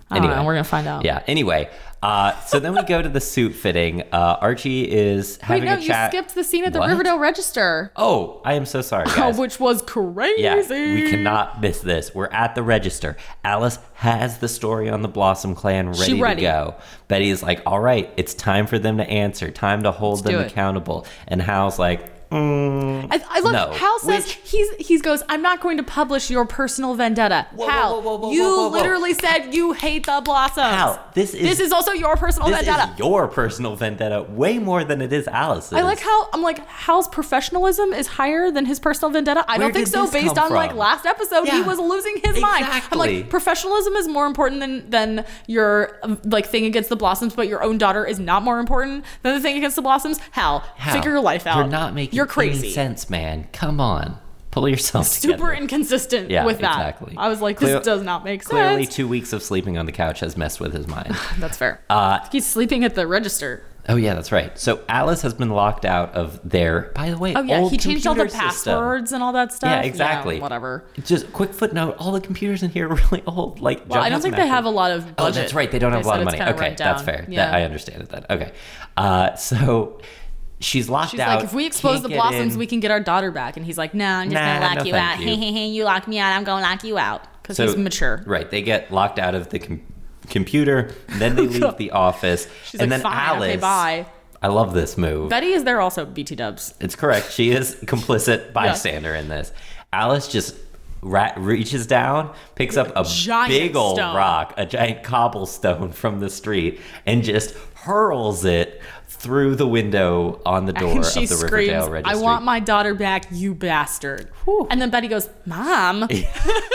I don't know.
Anyway.
We're gonna find out.
Yeah. Anyway, uh, so then we go to the suit fitting. Uh, Archie is
Wait,
having
no,
a
you
chat.
skipped the scene at the
What?
Riverdale Register,
Oh, I am so sorry, guys.
which was crazy.
yeah, we cannot miss this. We're at the register. Alice has the story on the Blossom Clan ready,
She
to
ready.
go. Betty is like, "All right, it's time for them to answer. Time to hold
do
them
it."
accountable." And Hal's like, mm,
I, I love
No.
Hal says
Which-
he's he's goes. I'm not going to publish your personal vendetta.
Whoa,
Hal,
whoa, whoa, whoa,
you
whoa, whoa, whoa.
literally said you hate the blossoms.
"Hal, this is
this is also your personal
this
vendetta.
is your personal vendetta way more than it is Alice's."
I like how I'm like Hal's professionalism is higher than his personal vendetta. I
Where
don't think
did
so.
this
Based
come
on like
from?
last episode, he
Yeah.
was losing his mind. I'm
Exactly.
like professionalism is more important than than your um, like thing against the blossoms, but your own daughter is not more important than the thing against the blossoms. Hal,
Hal,
figure your life out.
You're not making
You're crazy.
any sense, man. Come on, pull yourself together.
super inconsistent
Yeah,
with that.
exactly.
I was like, this
Clear-
does not make
Clearly,
sense.
two weeks of sleeping on the couch has messed with his mind.
That's fair.
Uh,
He's sleeping at the register.
oh yeah, that's right. So Alice has been locked out of their. By the way,
Oh yeah,
old
he changed all the
computer system.
passwords and all that stuff.
Yeah, exactly.
whatever.
Just quick footnote: all the computers in here are [LAUGHS] really old. Like,
Well, I don't think they have a lot of budget.
Oh, that's right. They don't have a
said
lot of
it's
money.
kinda
Okay,
run
that's
down.
fair. That-
Yeah.
I understand that. Okay, uh, so [LAUGHS] she's locked
She's
out.
like, if we expose
can't
the
get
blossoms,
in.
we can get our daughter back. And he's like, no, I'm just
Nah,
gonna lock
no,
you
thank
out.
you.
[LAUGHS] Hey, hey, hey, you lock me out. I'm gonna lock you out because he's mature.
Right. They get locked out of the com- computer. Then
[LAUGHS]
they leave the office.
She's
and
like,
then
fine,
Alice.
okay, bye.
I love this move.
Betty is there also. BT Dubs.
it's correct. She is complicit bystander in this. Alice just ra- reaches down, picks up a
Giant
big old
stone.
rock, a giant cobblestone from the street, and just hurls it through the window on the door
and
of
she
the
screams,
Riverdale Registry.
"I want my daughter back, you bastard!" And then Betty goes,
[LAUGHS]
"Mom,"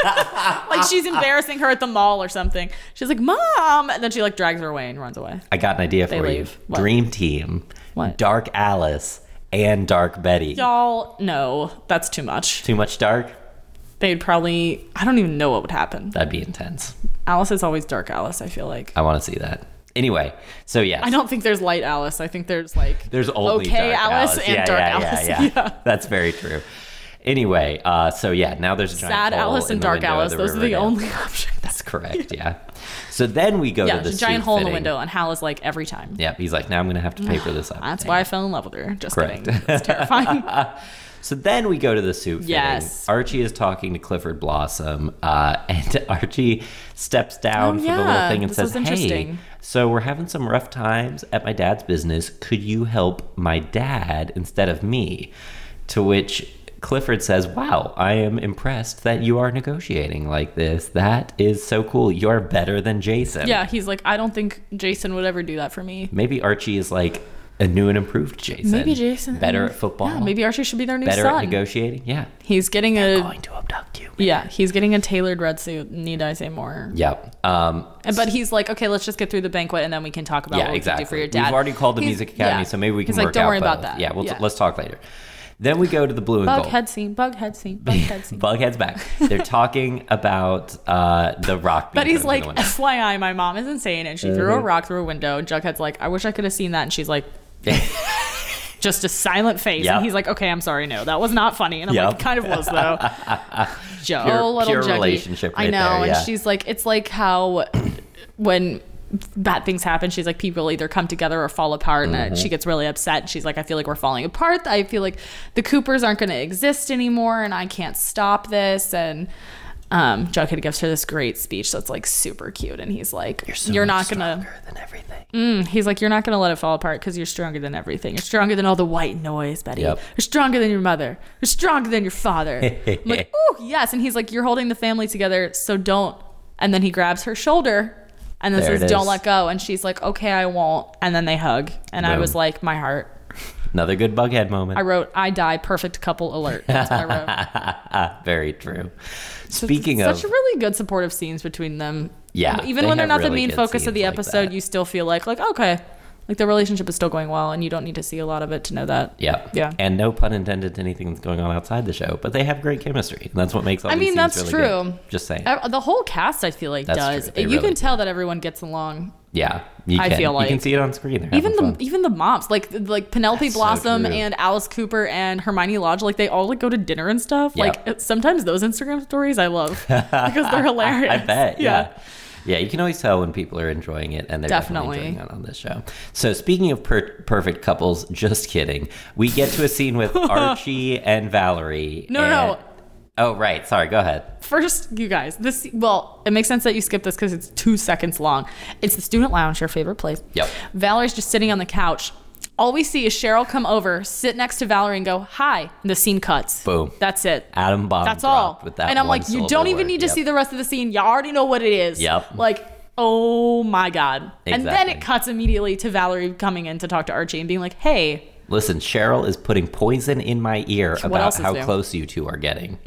like she's embarrassing her at the mall or something. She's like, "Mom," and then she like drags her away and runs away.
I got an idea for you.
leave. What?
Dream Team,
What?
Dark Alice, and Dark Betty.
Y'all, no, that's too much.
Too much dark?
They'd probably, I don't even know what would happen.
That'd be intense.
Alice is always dark Alice. I feel like
I want to see that. Anyway, so yeah,
I don't think there's light Alice. I think there's like
there's only
okay
dark
Alice, and
yeah,
dark
yeah,
Alice. [LAUGHS]
Yeah, yeah. that's very true. Anyway, uh, so yeah, now there's a giant
Sad
hole
Alice
in
and
the
Dark
window of
Alice.
the
Those are the
Riverdale.
only [LAUGHS] options.
That's correct. Yeah. So then we go
yeah,
to the
there's a
suit
giant hole in the
fitting.
window, and Hal is like every time.
Yep, he's like, now I'm gonna have to pay for this up.
[SIGHS] That's why I fell in love with her. Just
Correct.
kidding. It's
[LAUGHS]
terrifying.
So then we go to the suit fitting.
Yes.
Archie is talking to Clifford Blossom, uh, [LAUGHS] and Archie steps down
Oh,
for the little
yeah.
thing and
This
says,
was
"Hey,
interesting.
so we're having some rough times at my dad's business. Could you help my dad instead of me?" To which Clifford says, "Wow, I am impressed that you are negotiating like this. That is so cool. You're better than Jason."
yeah, he's like, I don't think Jason would ever do that for me.
Maybe Archie is like a new and improved Jason.
Maybe Jason
better at football.
Yeah, maybe Archie should be their new
better at
son.
negotiating. Yeah.
he's getting a
Going to abduct you.
yeah, he's getting a tailored red suit. Need I say more?
Yeah. Um,
And, but he's like, okay, let's just get through the banquet and then we can talk about
yeah,
what we
exactly.
can do for your dad.
We've already called the
He's-
music academy,
yeah.
so maybe we can
He's like,
work
don't
out
worry about
both.
that.
Yeah, we'll let's talk later. Then we go to the blue and
Bug
gold.
head scene, bug head scene,
[LAUGHS]
bug head scene.
Bughead's back. They're talking about uh, the rock.
But
being
he's
thrown
like,
through the window.
FYI, my mom is insane and she threw
Mm-hmm.
a rock through a window. And Jughead's like, I wish I could have seen that. And she's like, [LAUGHS] just a silent face.
Yeah.
And he's like, okay, I'm sorry. No, that was not funny. And I'm
Yeah.
like, it kind of
[LAUGHS]
was though. Joe,
Pure-
little
pure
Juggy.
relationship
I
right
know.
there, yeah.
And she's like, it's like how when bad things happen, she's like, people either come together or fall apart.
Mm-hmm.
And uh, she gets really upset. She's like, I feel like we're falling apart. I feel like the Coopers aren't going to exist anymore and I can't stop this. And um, Jughead gives her this great speech that's like super cute. And he's like, You're,
So much
not going to,
stronger than everything.
Mm. he's like, You're not going to let it fall apart because you're stronger than everything. You're stronger than all the white noise, Betty.
Yep.
You're stronger than your mother. You're stronger than your father.
[LAUGHS]
I'm like, Oh, yes. And he's like, You're holding the family together. So don't. And then he grabs her shoulder. And then
There it
says, "Don't
is.
let go," and she's like, "Okay, I won't." And then they hug, and I
Boom.
was like, "My heart."
Another good Bughead moment.
I wrote, "I die." Perfect couple alert. That's what I wrote.
Very true. [LAUGHS] Speaking
such
of,
really good supportive scenes between them.
Yeah,
even
they
when they're
have
not the
really
main
good
focus of the
scenes like
episode,
that.
you still feel like like okay, like the relationship is still going well, and you don't need to see a lot of it to know that.
yeah,
Yeah.
and no pun intended to anything that's going on outside the show, but they have great chemistry, and that's what makes all
I
these
mean,
scenes
that's
really
true.
good. Just saying.
Ev- The whole cast, I feel like,
That's
does.
true. They
You
really
can tell that everyone gets along.
Yeah, you
I
can.
feel
you can
like-
see it on screen. They're
Even the
having fun.
even the moms, like like Penelope
That's so
Blossom
true.
and Alice Cooper and Hermione Lodge, like they all like go to dinner and stuff.
Yeah.
Like it- sometimes those Instagram stories
[LAUGHS]
I love because they're [LAUGHS] hilarious.
I bet. Yeah. yeah. you can always tell when people are enjoying it, and they're definitely,
Definitely.
enjoying it on this show. So, speaking of per- perfect couples, [LAUGHS] just kidding. We get to a scene
[LAUGHS]
with Archie and Valerie.
No, no,
and- Oh, right. Sorry. Go ahead.
First, you guys, this well, it makes sense that you skip this because it's two seconds long. It's the student lounge, your favorite place.
Yep.
Valerie's just sitting on the couch. All we see is Cheryl come over, sit next to Valerie, and go, "Hi." And the scene cuts.
Boom.
That's it.
Adam Bomb.
That's all.
With that
and I'm
one
like, you
syllable
don't even
word.
need to
Yep.
see the rest of the scene. You already know what it is.
Yep.
Like, oh my god. And then
Exactly.
it cuts immediately to Valerie coming in to talk to Archie and being like, "Hey,
Listen, Cheryl is putting poison in my ear about
else is
how
new? Mm.
close you two are getting.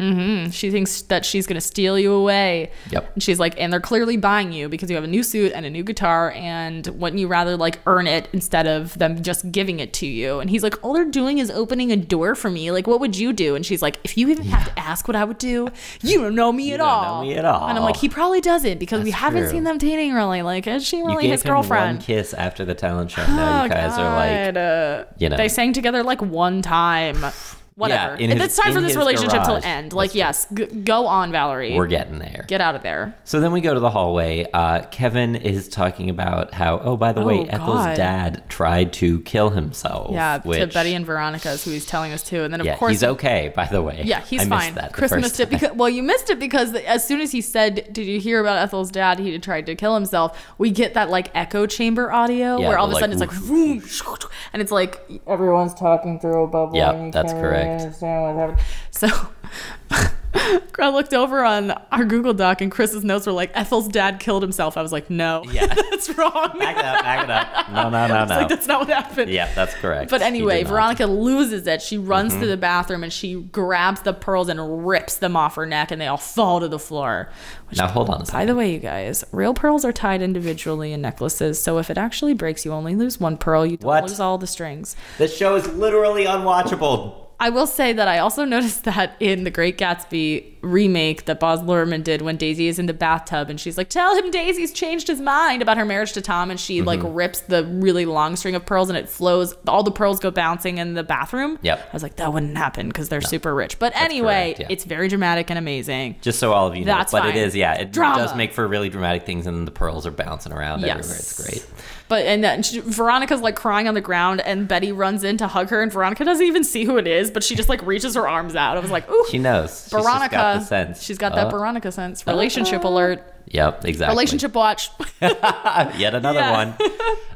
She thinks that she's going to steal you away.
Yep.
And she's like, and they're clearly buying you because you have a new suit and a new guitar. And wouldn't you rather like earn it instead of them just giving it to you? And he's like, all they're doing is opening a door for me. Like, what would you do? And she's like, if you even have to ask what I would do, you don't know me at
don't know
all.
me at all.
And I'm like, he probably doesn't because we
That's
haven't
true.
seen them dating really. Like, is she
You
really
gave
his
him one
girlfriend? Oh,
kiss after the talent show. Now you guys are like
God, uh,
you know.
They sang together like
[SIGHS]
one time. Whatever.
in his-
it's time
in
for this
his
relationship
garage.
to end. Like, yes, g- go on, Valerie.
we're getting there.
Get out of there.
So then we go to the hallway. Uh, Kevin is talking about how, oh, by the way,
Oh,
Ethel's
God.
dad tried to kill himself.
Yeah, to
which-
Betty and Veronica's who he's telling us to, and then of
yeah,
course,
he's okay. By the way,
yeah, he's
I
fine.
Missed that the
Chris
first
missed it
time.
because well, you missed it because as soon as he said, "Did you hear about Ethel's dad? He tried to kill himself." We get that like echo chamber audio
Yeah,
where all of
the,
a sudden
like,
it's like, vroom, and it's like
everyone's talking through a bubble.
Yep,
and you
that's
can't really
correct.
understand what's happening.
So [LAUGHS] I looked over on our Google Doc and Chris's notes were like, Ethel's dad killed himself. I was like, no,
Yeah.
[LAUGHS] that's wrong.
back it up, back it up. No, no,
[LAUGHS]
no, no.
like, that's not what happened.
yeah, that's correct.
But
He
anyway,
did not. Mm-hmm.
Veronica loses it. She runs to the bathroom and she grabs the pearls and rips them off her neck, and they all fall to the floor. Which,
Now hold on a
by
second.
the way, you guys, real pearls are tied individually in necklaces. So if it actually breaks, you only lose one pearl. You don't
What?
lose all the strings.
This show is literally unwatchable.
[LAUGHS] I will say that I also noticed that in The Great Gatsby, remake that Boz Luhrmann did when Daisy is in the bathtub and she's like, "Tell him Daisy's changed his mind about her marriage to Tom," and
Mm-hmm.
she like rips the really long string of pearls and it flows. All the pearls go bouncing in the bathroom.
Yep.
I was like, that wouldn't happen because they're super rich. But anyway,
correct, yeah.
it's very dramatic and amazing.
Just so all of you know,
That's
but it
fine.
is yeah, it
Drama.
does make for really dramatic things, and the pearls are bouncing around everywhere. It's great.
But and then she, Veronica's like crying on the ground, and Betty runs in to hug her, and Veronica doesn't even see who it is, but she just like reaches her arms out. I was like, ooh,
She knows. She's
Veronica.
just got the sense.
She's got that
Oh,
Veronica sense. Relationship alert.
Yep, exactly.
Relationship watch. [LAUGHS]
Yet another
Yeah. [LAUGHS]
one.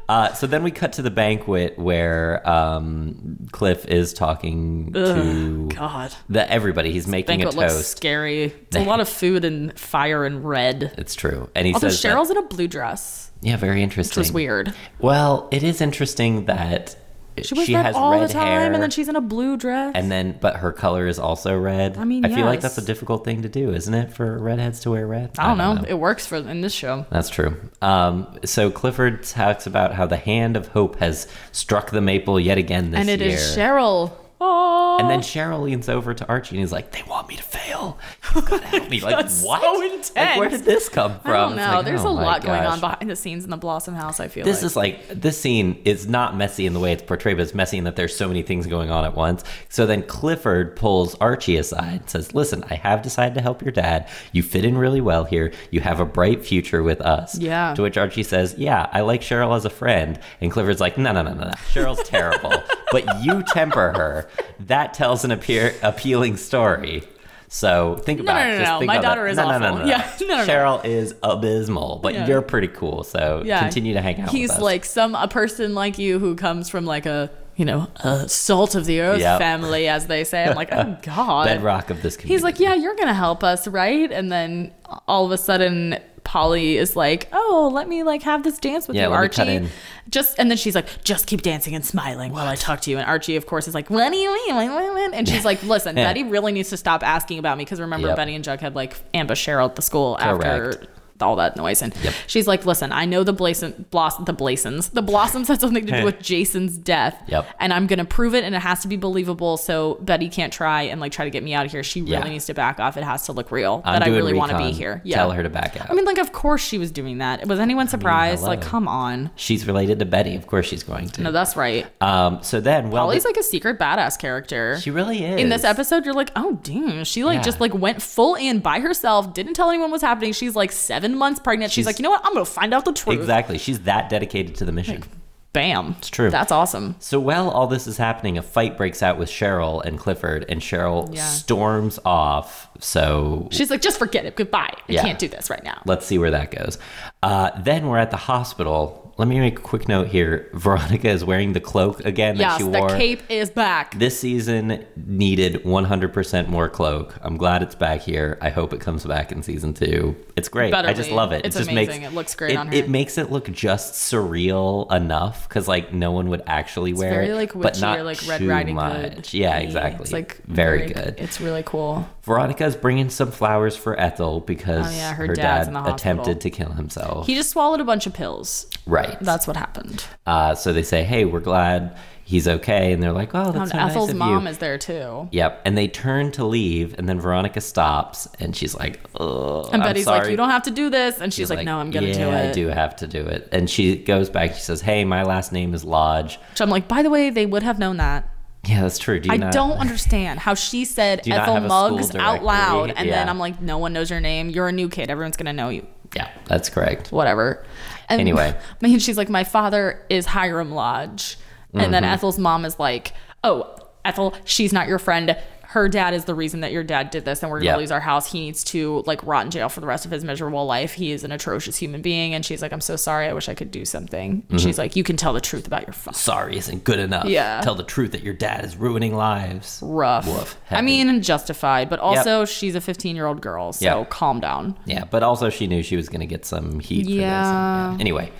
Uh, so then we cut to the banquet where um, Cliff is talking to
God.
the everybody. He's making
Banquet
a
looks
toast.
scary. It's a
[LAUGHS]
lot of food and fire and red.
It's true, and he
Although
says, that-
Cheryl's in a blue dress,
"Yeah, very interesting."
which was weird.
Well, it is interesting that
She
she,
wears that
has
all
red
the time,
hair,
and then she's in a blue dress.
and then but her color is also red.
I mean,
I feel like
yes.
that's a difficult thing to do, isn't it, for redheads to wear red?
I don't know. It works for in this show.
That's true. Um, so Clifford talks about how the hand of hope has struck the maple yet again this
And it
year.
is Cheryl. Oh.
And then Cheryl leans over to Archie and he's like, "They want me to
[LAUGHS]
fail. You gotta help me." Like
That's
what?
so
Like, where
intense.
did this come from?
I don't
It's
know.
like,
There's
oh
a
my
lot going
gosh.
on behind the scenes in the Blossom House. I feel
This
like.
is like this scene is not messy in the way it's portrayed, but it's messy in that there's so many things going on at once. So then Clifford pulls Archie aside and says, Listen, I have decided to help your dad. You fit in really well here. You have a bright future with us.
Yeah.
To which Archie says, Yeah, I like Cheryl as a friend. And Clifford's like, No, no, no, no, no. Cheryl's
[LAUGHS]
terrible. But you temper her. That tells an appear- appealing story. So think
No,
about
no, no,
it. Just
no.
think
My
about
daughter
it.
is
no, No, no,
awful.
no, no.
Yeah. [LAUGHS] No, no, no.
Cheryl is abysmal, but
Yeah.
you're pretty cool. So continue to hang out.
He's
with us.
like some a person like you who comes from like a you know a salt of the earth
Yep.
family, as they say. I'm
[LAUGHS]
like, oh god.
bedrock of this community.
He's like, yeah, you're gonna help us, right? And then all of a sudden. Polly is like, oh, let me like have this dance with
Yeah,
you,
let me
Archie.
cut in.
Just and then she's like, just keep dancing and smiling while I talk to you. And Archie, of course, is like, what do you mean? What- what- what?" and she's
[LAUGHS]
like, listen, Betty really needs to stop asking about me because remember,
Yep.
Betty and Jughead like ambush Cheryl at the school
Correct.
after all that noise. And she's like, listen, I know the Blason, Blos- the Blasons, the Blossoms had
[LAUGHS]
something to do with Jason's death.
Yep.
And I'm going to prove it and it has to be believable. So Betty can't try and like try to get me out of here. She really
Yeah.
needs to back off. It has to look real
I'm
that I
doing
really want to be
recon.
here. Yeah.
Tell her to back out.
I mean, like, of course she was doing that. Was anyone surprised? like,
hello.
come on.
she's related to Betty. Of course, she's going to.
No, that's right.
um, so then, well,
Ollie's like a secret badass character.
she really is
in this episode, you're like, oh, damn. She like
Yeah.
just like went full in by herself, didn't tell anyone what's happening. She's like seven months pregnant. She's,
She's-
like, you know what? I'm going to find out the truth.
Exactly, she's that dedicated to the mission.
Bam. It's
true.
That's awesome.
So while all this is happening, a fight breaks out with Cheryl and Clifford, and Cheryl
Yeah.
storms off. So
She's like, just forget it. Goodbye. I
Yeah.
can't do this right now.
let's see where that goes. Uh, then we're at the hospital. Let me make a quick note here. Veronica is wearing the cloak again
Yes,
that she
the
wore.
cape is back.
This season needed 100% more cloak. I'm glad it's back here. I hope it comes back in season two. It's great.
Better
I just
be.
love it.
It's
it just
amazing.
Makes,
It looks great
it,
on her.
It makes it look just surreal enough because like no one would actually wear
very
it.
like
but
witchy
not
or like Red
too
Riding
much.
Hood.
Yeah, exactly.
It's like
very good.
It's really cool.
Veronica's bringing some flowers for Ethel because
Oh, yeah, her
her,
dad's
dad
in the hospital.
attempted to kill himself.
He just swallowed a bunch of pills.
right.
That's what happened.
Uh, so they say, "Hey, we're glad he's okay," and they're like, "Oh, that's
And
so
Ethel's
nice of you."
mom is there too.
Yep. And they turn to leave, and then Veronica stops, and she's like, "Ugh."
And
I'm
Betty's
sorry."
like, you don't have to do this. And she's, like, no, I'm going to
yeah,
do it.
I do have to do it." And she goes back. She says, "Hey, my last name is Lodge."
Which I'm like, by the way, they would have known that.
Yeah, that's true. Do you
I
not-
don't understand how she said
you not
Ethel
have a school
Muggs out
directory?
loud. And then
Yeah.
I'm like, no one knows your name. You're a new kid. Everyone's going to know you.
Yeah, that's correct.
whatever. And [LAUGHS]
Anyway.
I mean, she's like, my father is Hiram Lodge, and
Mm-hmm.
then Ethel's mom is like, oh, Ethel, she's not your friend. Her dad is the reason that your dad did this, and we're gonna
Yeah.
lose our house. He needs to like rot in jail for the rest of his miserable life. He is an atrocious human being, and she's like, I'm so sorry. I wish I could do something.
Mm-hmm.
And she's like, you can tell the truth about your father.
Sorry isn't good enough.
Yeah.
Tell the truth that your dad is ruining lives.
Rough.
Woof.
I
Heavy.
mean, justified, but also she's a 15 year old girl, so
Yep.
calm down.
Yeah, but also she knew she was going to get some heat for this.
Yeah.
And- Anyway,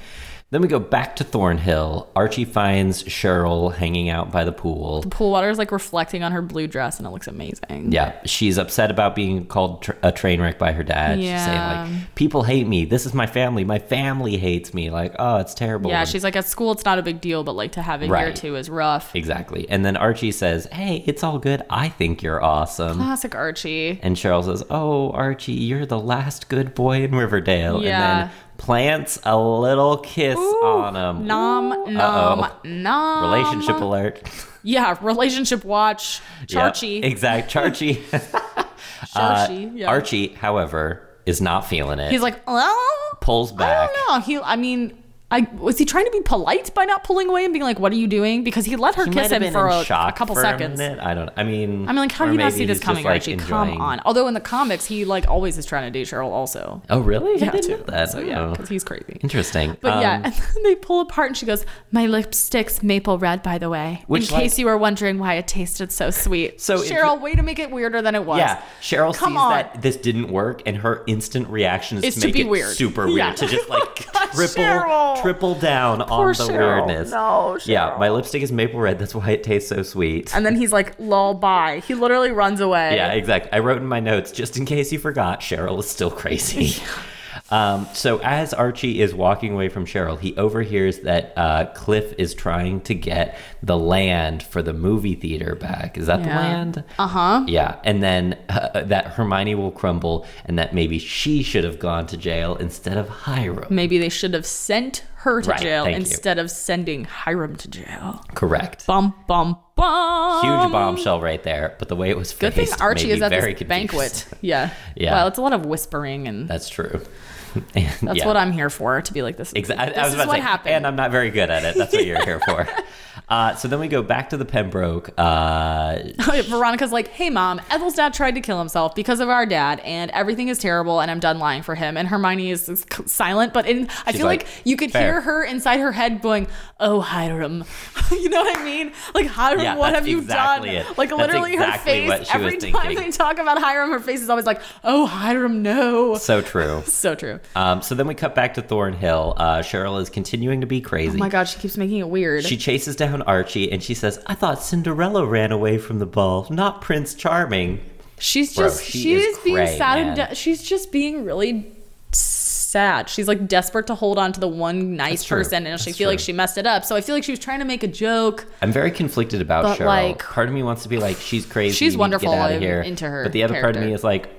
Then we go back to Thornhill. Archie finds Cheryl hanging out by the pool.
Pool water is like reflecting on her blue dress, and it looks amazing.
Yeah, she's upset about being called tr- a train wreck by her dad. She's saying
Yeah.
like, "People hate me. This is my family. My family hates me." Like, oh, it's terrible.
Yeah,
And-
she's like at school, it's not a big deal, but like to have it here
Right.
too is rough.
exactly. And then Archie says, "Hey, it's all good. I think you're awesome."
Classic Archie.
And Cheryl says, Oh, Archie, you're the last good boy in Riverdale. And
Yeah.
then plants a little kiss on him.
Nom nom nom.
Relationship alert.
[LAUGHS] Yeah, relationship watch.
Yep,
Charchi.
exact. Charchie. Uh,
Charchi. [LAUGHS] yeah.
Archie, however, is not feeling it.
He's like, oh,
pulls
I
back.
don't know. He, I mean, I was he trying to be polite by not pulling away and being like, "What are you doing?" Because he let her
He might
kiss
have
him
been
for
in
a, a
shock
couple
for
seconds.
minute. I don't. I mean,
I mean, like, how
or
do you not
maybe
see this
he's just,
coming,
like,
Archie?
enjoying-
Come on. Although in the comics, he like always is trying to date Cheryl. Also,
Oh, really? I
yeah,
didn't
too.
know that.
So,
Oh.
yeah, because he's crazy.
Interesting.
But yeah,
Um,
and [LAUGHS] then they pull apart, and she goes, "My lipstick's maple red, by the way,
Which,
in
like-
case you were wondering why it tasted so sweet."
So if
Cheryl, way to make it weirder than it was.
Yeah, Cheryl
Come
sees
on.
that this didn't work, and her instant reaction is,
Is
to
to
make
be
it
weird.
super
Yeah.
weird, to
[LAUGHS]
just like
God,
triple
Cheryl.
triple down on the
Cheryl.
weirdness.
No,
Yeah,
Cheryl.
my lipstick is maple red. That's why it tastes so sweet.
And then he's like, "Lol, bye." He literally runs away.
yeah, exactly. I wrote in my notes just in case you forgot. Cheryl is still
[LAUGHS]
crazy. Um, so as Archie is walking away from Cheryl, he overhears that uh, Cliff is trying to get the land for the movie theater back. Is that the
Yeah.
land?
Uh huh.
Yeah, and then uh, that Hermione will crumble, and that maybe she should have gone to jail instead of Hiram.
Maybe they should have sent her to
Right,
jail
thank you.
instead of sending Hiram to jail.
Correct.
Bum bum bum.
Huge bombshell right there, but the way it was
Um, Good
faced,
thing Archie
made me
is at this
very confused. [LAUGHS]
banquet. Yeah.
Yeah.
Well, it's a lot of whispering, and
That's true. [LAUGHS] And,
that's what I'm here for. To be like this.
Exactly.
This
I was
is
about to
what
say,
happened.
and I'm not very good at it. That's what you're here
[LAUGHS]
for. Uh, so then we go back to the Pembroke. Uh,
[LAUGHS] Veronica's like, hey, mom, Ethel's dad tried to kill himself because of our dad, and everything is terrible, and I'm done lying for him. And Hermione is, is c- silent, but in, I
She's
feel like,
like,
you could
fair.
hear her inside her head going, oh, Hiram. [LAUGHS] you know what I mean? Like, Hiram,
Yeah,
what
that's
have you
exactly
done?
it.
Like,
That's
literally,
exactly
her
what
face,
she was
every time
thinking.
they talk about Hiram, her face is always like, oh, Hiram, no.
so
[LAUGHS]
true.
So true.
Um, so then we cut back to Thornhill. Uh, Cheryl is continuing to be crazy.
Oh my God, she keeps making it weird.
She chases down Archie and she says, I thought Cinderella ran away from the ball, not Prince Charming.
She's
Bro,
just
she
she
is
is being
cray,
sad
man.
and de- she's just being really sad. She's like desperate to hold on to the one nice
true.
person and she
That's
feel like
true.
she messed it up. So I feel like she was trying to make a joke.
I'm very conflicted about
But,
Cheryl.
like,
part of me wants to be like, she's crazy.
she's
you need to
wonderful.
Get out of
I'm
here.
into her
But the other part of me
character.
is like,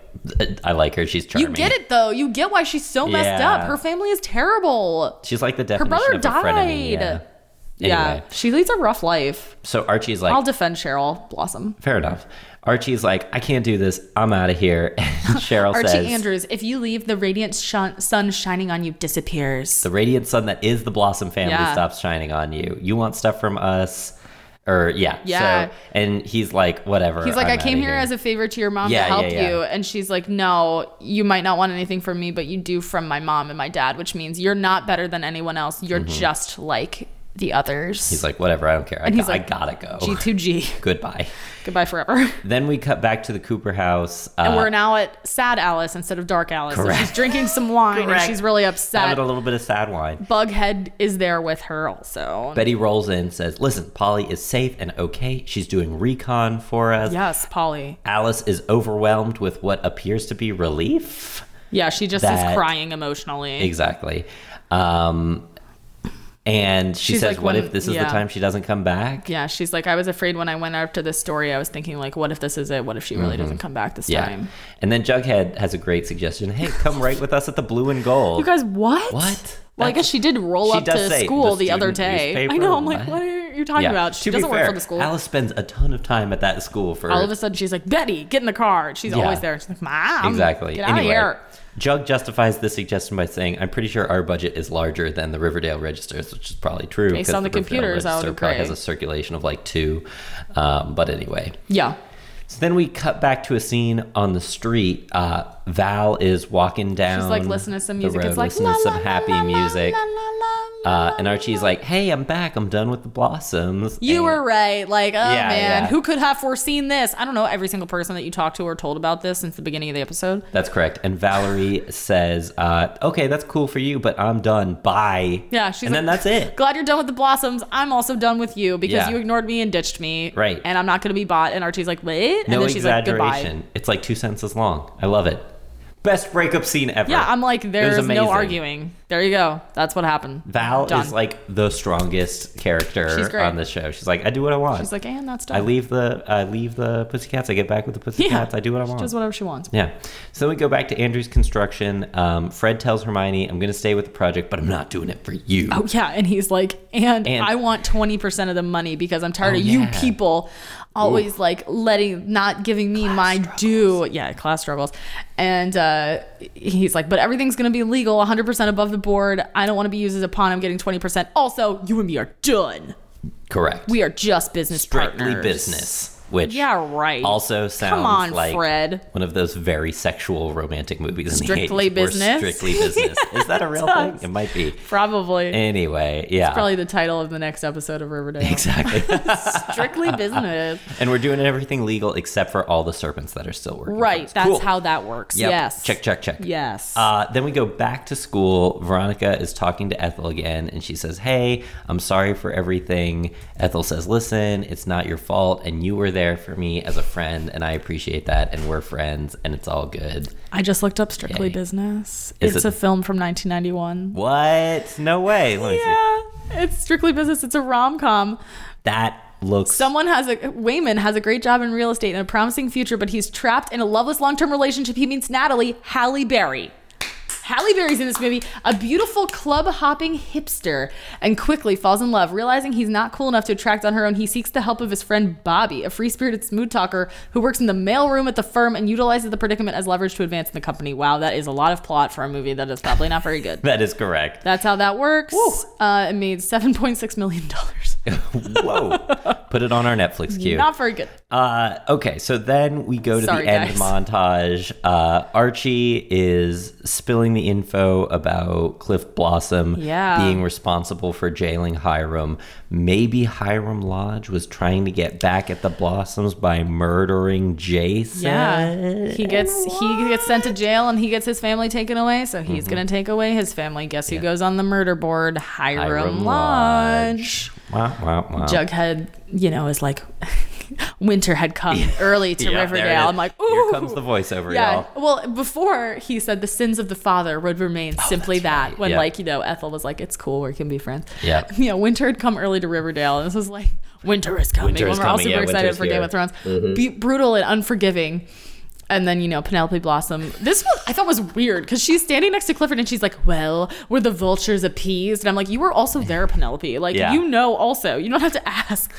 I like her. She's charming.
You get it though. You get why she's so messed up.
Yeah.
Her family is terrible.
She's like the
Her
definition
brother
of
died.
a frenemy. Yeah.
Yeah,
Anyway,
she leads a rough life.
so Archie's like,
I'll defend Cheryl Blossom.
fair enough. Archie's like, I can't do this. I'm out of here. [LAUGHS] And
[LAUGHS]
Cheryl
Archie
says,
Andrews, if you leave, the radiant shun- sun shining on you disappears.
the radiant sun that is the Blossom family
Yeah.
stops shining on you. You want stuff from us. Or, yeah.
Yeah.
So, and he's like, whatever.
He's like,
I'm
I came
outta
here as a favor to your mom
Yeah,
to help
yeah, yeah.
you. And she's like, No, you might not want anything from me, but you do from my mom and my dad, which means you're not better than anyone else. You're just like the others.
Mm-hmm. He's like, whatever, I don't care. I,
And he's
go-
like,
I gotta [LAUGHS] go.
G2G.
Goodbye.
[LAUGHS] Goodbye forever.
Then we cut back to the Cooper house. Uh,
and we're now at Sad Alice instead of Dark Alice. So she's
Correct.
drinking some wine and
Correct.
she's really
having
upset.
a little bit of sad wine.
Bughead is there with her also.
Betty rolls in, says, "Listen, Polly is safe and okay. She's doing recon for us."
yes, Polly.
Alice is overwhelmed with what appears to be relief.
Yeah, she just is
That-
crying emotionally.
Exactly. Um, and she
She's
says,
like,
"What
when-
if this is the
yeah.
time she doesn't come back?"
Yeah, she's like, I was afraid when I went after this story, I was thinking, like, what if this is it? What if she
Mm-hmm.
really doesn't come back this time?
And then Jughead has a great suggestion. Hey, come right with us at the Blue and Gold.
You guys, what?
What?
Well, I
That's-
guess she did roll
She
up
does
to
say
school
the
the, other
student
day. I
newspaper,
know. I'm like,
what?
what are you talking about? She
To be
doesn't work
fair,
for the school.
Alice spends a ton of time at that school for
All of a sudden, she's like, Betty, get in the car. She's
Yeah.
always there. She's like, Mom,
exactly.
um, get out
anyway,
of here.
Jug justifies this suggestion by saying, "I'm pretty sure our budget is larger than the Riverdale Registers, which is probably true
Based
'cause
on the
Riverdale
computers, I would
Register probably has
agree.
a circulation of like two. Um, but anyway,
Yeah.
So then we cut back to a scene on the street. Uh, Val is walking down.
She's like listening to some
Um, the
music.
road,
it's like
listening
la,
to some
la, la,
happy
la, la,
music.
la, la, la,
Uh,
la,
and Archie's like, "Hey, I'm back. I'm done with the blossoms."
You
And-
were right. Like, oh
Yeah,
man,
yeah.
who could have foreseen this? I don't know. Every single person that you talked to or told about this since the beginning of the episode.
That's correct. And Valerie says, uh, "Okay, that's cool for you, but I'm done. Bye."
Yeah, she's
and then
like-
that's it.
Glad you're done with the blossoms. I'm also done with you because
Yeah.
you ignored me and ditched me.
Right.
And I'm not going to be bought. And Archie's like, wait.
No
[LAUGHS] and then she's like, goodbye.
exaggeration. it's like two sentences long. I love it. Best breakup scene ever.
Yeah, I'm like, there's
amazing.
no arguing. There you go. That's what happened.
Val
Done.
is like the strongest
She's
character
great.
on the show. She's like, I do what I want.
she's like, and that's done.
I leave the I leave the pussycats. I get back with the pussycats. I do what I want.
She does whatever she wants.
yeah. So then we go back to Andrew's construction. Um, Fred tells Hermione, "I'm going to stay with the project, but I'm not doing it for you."
Oh yeah, and he's like, and,
And-
I want twenty percent of the money because I'm tired
Oh,
of
yeah.
you people always like letting not giving me my due. Yeah, class struggles. And uh, he's like, but everything's gonna be legal, 100 percent above the board. I don't want to be used as a pawn. I'm getting 20 percent. Also, you and me are done.
Correct.
We are just business
strictly
partners.
business, which
Yeah, right.
also sounds
on,
like
Fred.
one of those very sexual romantic movies.
Strictly
in the 80s, where
Business? [LAUGHS]
Strictly business. Is that a real thing?
does.
It might be.
Probably.
Anyway, yeah.
Probably the title of the next episode of Riverdale.
[LAUGHS] exactly.
Strictly
[LAUGHS]
business.
and we're doing everything legal except for all the serpents that are still working. for
Right.
us.
That's
Cool.
how that works.
Yep.
Yes.
Check, check, check.
Yes.
Uh, then we go back to school. Veronica is talking to Ethel again, and she says, Hey, I'm sorry for everything. Ethel says, Listen, it's not your fault, and you were there for me as a friend, and I appreciate that, and we're friends, and it's all good.
I just looked up Strictly
Yay.
Business.
Is
it's
it-
a film from 1991.
What? No way. Let me see.
Yeah, it's Strictly Business. It's a rom com.
That looks.
Someone has a Wayman has a great job in real estate and a promising future, but he's trapped in a loveless long term relationship. He meets Natalie Halle Berry. Halle Berry's in this movie, a beautiful club hopping hipster, and quickly falls in love. Realizing he's not cool enough to attract on her own, he seeks the help of his friend Bobby, a free spirited smooth talker who works in the mailroom at the firm and utilizes the predicament as leverage to advance in the company. Wow, that is a lot of plot for a movie that is probably not
[LAUGHS]
very good.
that is correct.
That's how that works. Uh, it made seven point six million dollars.
[LAUGHS] Whoa. Put it on our Netflix queue.
Not very good.
Uh, okay, so then we go to
Sorry,
the end
guys.
montage. Uh, Archie is spilling the info about Cliff Blossom
Yeah.
being responsible for jailing Hiram. Maybe Hiram Lodge was trying to get back at the Blossoms by murdering Jason.
Yeah, he gets he gets sent to jail and he gets his family taken away. So
Mm-hmm.
he's gonna take away his family. Guess who goes on the murder board? Hiram,
Hiram
Lodge.
Wow, wow, wow.
Jughead, you know, is like [LAUGHS] winter had come early
[LAUGHS]
to
Yeah, there it
Riverdale.
is.
I'm like, ooh.
Here comes the voiceover,
Yeah.
y'all. Oh,
Well, before he said the sins of the father would remain simply that. When
Yeah.
like you know Ethel was like, it's cool, we can be friends. [LAUGHS]
Yeah.
You know, winter had come early to Riverdale, and this was like winter is coming.
Winter is
when we're all
coming,
super
yeah, winter's
excited for
here. Mm-hmm.
Game of Thrones, Be- brutal and unforgiving. And then you know Penelope Blossom. This one I thought was weird because she's standing next to Clifford and she's like, "Well, were the vultures appeased?" And I'm like, "You were also there, Penelope. Like
Yeah.
you know, also you don't have to ask."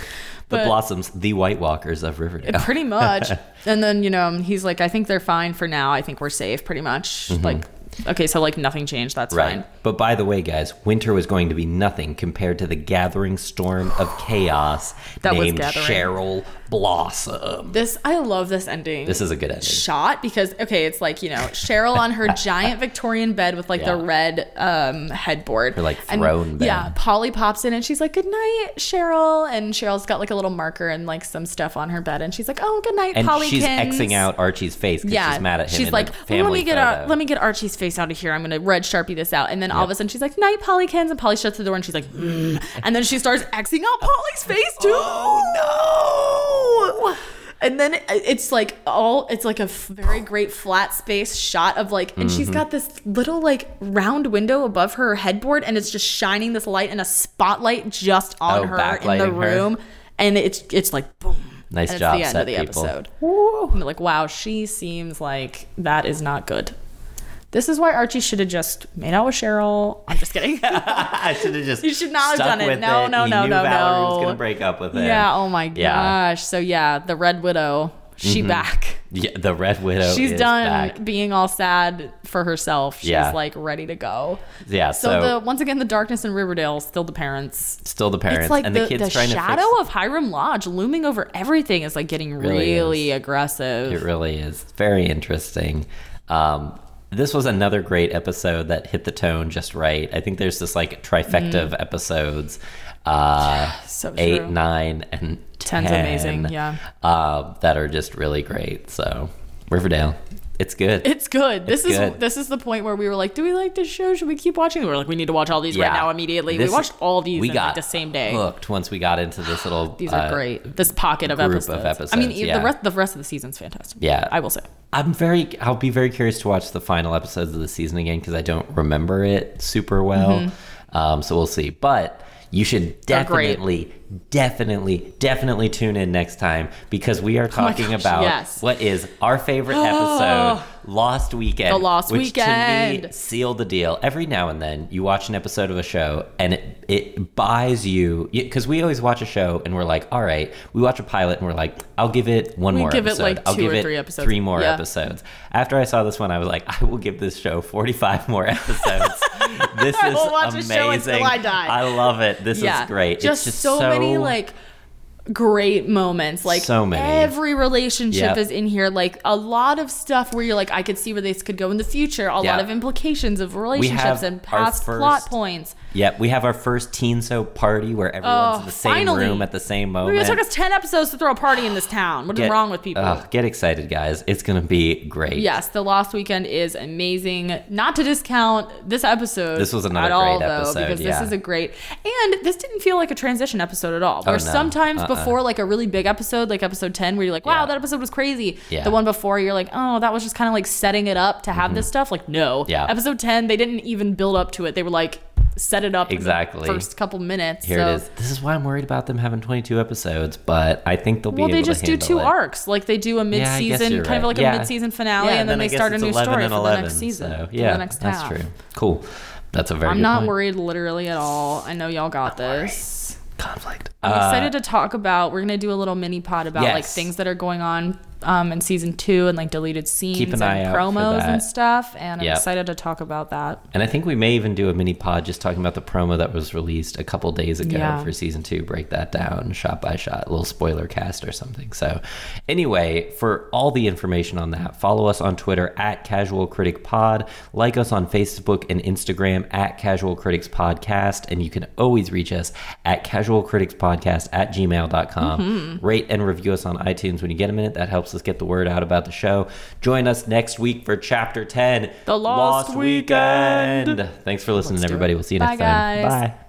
The
But-
Blossoms, the White Walkers of Riverdale. [LAUGHS]
pretty much. and then you know um, he's like, I think they're fine for now. I think we're safe, pretty much. Like, okay, so like nothing changed. That's
Mm-hmm. Right.
fine.
But by the way, guys, winter was going to be nothing compared to the gathering storm
[SIGHS]
of chaos
That was
named
gathering.
Cheryl Blossom.
This I love this ending.
This is a good ending.
shot because okay, it's like you know Cheryl on
[LAUGHS]
her giant Victorian bed with like
Yeah.
the red um, headboard, her
like, throne bed.
Yeah, Polly pops in and she's like, "Good night, Cheryl," and Cheryl's got like a little marker and like some stuff on her bed, and she's like, "Oh, good night,
and
Polly."
she's Xing out Archie's face because she's mad at him.
She's
in
like,
the family
let me get
photo.
out, let me get Archie's face out of here. I'm gonna red sharpie this out. And then all of a sudden she's like, night, Pollykins, and Polly shuts the door and she's like, mm. and then she starts xing out Polly's face too. Oh no! And then it's like all it's like a f- very great flat space shot of like, and
Mm-hmm.
she's got this little like round window above her headboard, and it's just shining this light and a spotlight just on
Oh,
her in the
backlighting her.
room, and it's it's like boom.
Nice
And
job,
it's the
set
end of the
people.
episode. And they're like, wow, she seems like that is not good. This is why Archie should have just made out with Cheryl. I'm just
[LAUGHS]
kidding. [LAUGHS]
I should have just.
You should not have
stuck
done it.
with
No, no,
He
no,
knew
no,
Valerie was
no.
gonna break up with him.
yeah. Oh my
Yeah.
gosh. So yeah, the Red Widow She back.
Yeah, the Red Widow.
She's
Oh, is
done
back.
being all sad for herself. She's
Yeah.
like ready to go.
Yeah,
So,
so,
the once again, the darkness in Riverdale still the parents.
still the parents
It's like
and
the,
the, kids
the
trying
shadow
to
of Hiram Lodge looming over everything is like getting
really
really,
is.
aggressive.
fix. It really is very interesting. Um, this was another great episode that hit the tone just right. I think there's this like trifecta of
Mm.
episodes. Uh,
so
eight,
true.
nine, and ten.
Ten's amazing, yeah.
Uh, that are just really great. So Riverdale, it's good.
It's good. This is
good.
this is the point where we were like, do we like this show? Should we keep watching? We were like, we need to watch all these right now immediately.
This-
we watched all these
We
in,
got
like, the same day.
Hooked once we got into this little.
These are
uh,
great. This pocket of
group
episodes.
of
I mean,
episodes,
e-
yeah.
the rest the rest of the season's fantastic.
Yeah.
I will say.
I'm very. I'll be very curious to watch the final episodes of the season again because I don't remember it super well. Um, so we'll see. But you should
They're Mm-hmm. Oh,
definitely,
great.
definitely, definitely tune in next time because we are talking
Oh gosh,
about
yes.
what is our favorite
[GASPS]
episode, Lost Weekend.
The Lost
which to me
Weekend.
sealed the deal. Every now and then you watch an episode of a show and it it buys you because we always watch a show and we're like, all right, we watch a pilot and we're like, I'll give it one
We
more
give it,
episode.
like,
I'll
two
give
or
it
three episodes.
three more
Yeah.
episodes episodes. After I saw this one, I was like, I will give this show 45 [LAUGHS] more episodes. this is
[LAUGHS] I will watch
amazing.
this show until I die.
I love it. This is great.
Just,
it's just
so, many like great moments. Like
So many.
every relationship
Yep.
is in here. Like a lot of stuff where you're like, I could see where this could go in the future. A
Yeah.
lot of implications of
have
relationships and
our
past plot
first
points.
Yep, we have our first teen soap party where everyone's
Oh,
in the same
finally.
room at the same
I mean,
moment.
It took us ten episodes to throw a party in this town. What is
Get-
wrong with people?
Ugh, get excited, guys. It's going to be great.
Yes, the Lost Weekend is amazing. Not to discount this episode.
This was another
at all,
great
though,
episode,
because
yeah.
this is a great, and this didn't feel like a transition episode at all. Where
no,
sometimes
uh-uh.
before like a really big episode, like episode ten, where you're like, "Wow,
Yeah.
that episode was crazy."
Yeah. Mm-hmm.
The one before, you're like, "Oh, that was just kind of like setting it up to have this stuff." Like, no.
Yeah.
Episode ten, they didn't even build up to it. They were like, set it up in the
Exactly.
first couple minutes.
Here
so.
it is. This is why I'm worried about them having 22 episodes, but I think they'll be
Well,
able
they
to
just do
handle
two
it.
arcs. Like they do a
Yeah, I guess
mid-season,
you're
kind of
right.
like
Yeah.
a mid-season finale,
Yeah,
and then,
I
they
guess
start a
it's
new
11
story
and
for
11,
the next season.
So,
for
yeah,
the next
that's
half.
true. Cool. That's a very.
I'm
good
not
point.
worried literally at all. I know y'all got this.
Conflict.
I'm
Uh,
excited to talk about. We're gonna do a little mini pod about like
Yes.
things that are going on um, in season two and like deleted scenes
Keep an
and
eye out for
promos
that.
and stuff. And I'm
Yep.
excited to talk about that.
And I think we may even do a mini pod just talking about the promo that was released a couple days ago
Yeah.
for season two. Break that down shot by shot, a little spoiler cast or something. So, anyway, for all the information on that, follow us on Twitter at Casual Critic Pod, like us on Facebook and Instagram at Casual Critics Podcast, and you can always reach us at Casual Critics Podcast at gmail.com.
Mm-hmm.
Rate and review us on iTunes when you get a minute. That helps us get the word out about the show. Join us next week for Chapter 10
The Lost Weekend.
Thanks for listening,
Let's do
everybody.
it.
We'll see you
Bye,
next time.
guys.
Bye.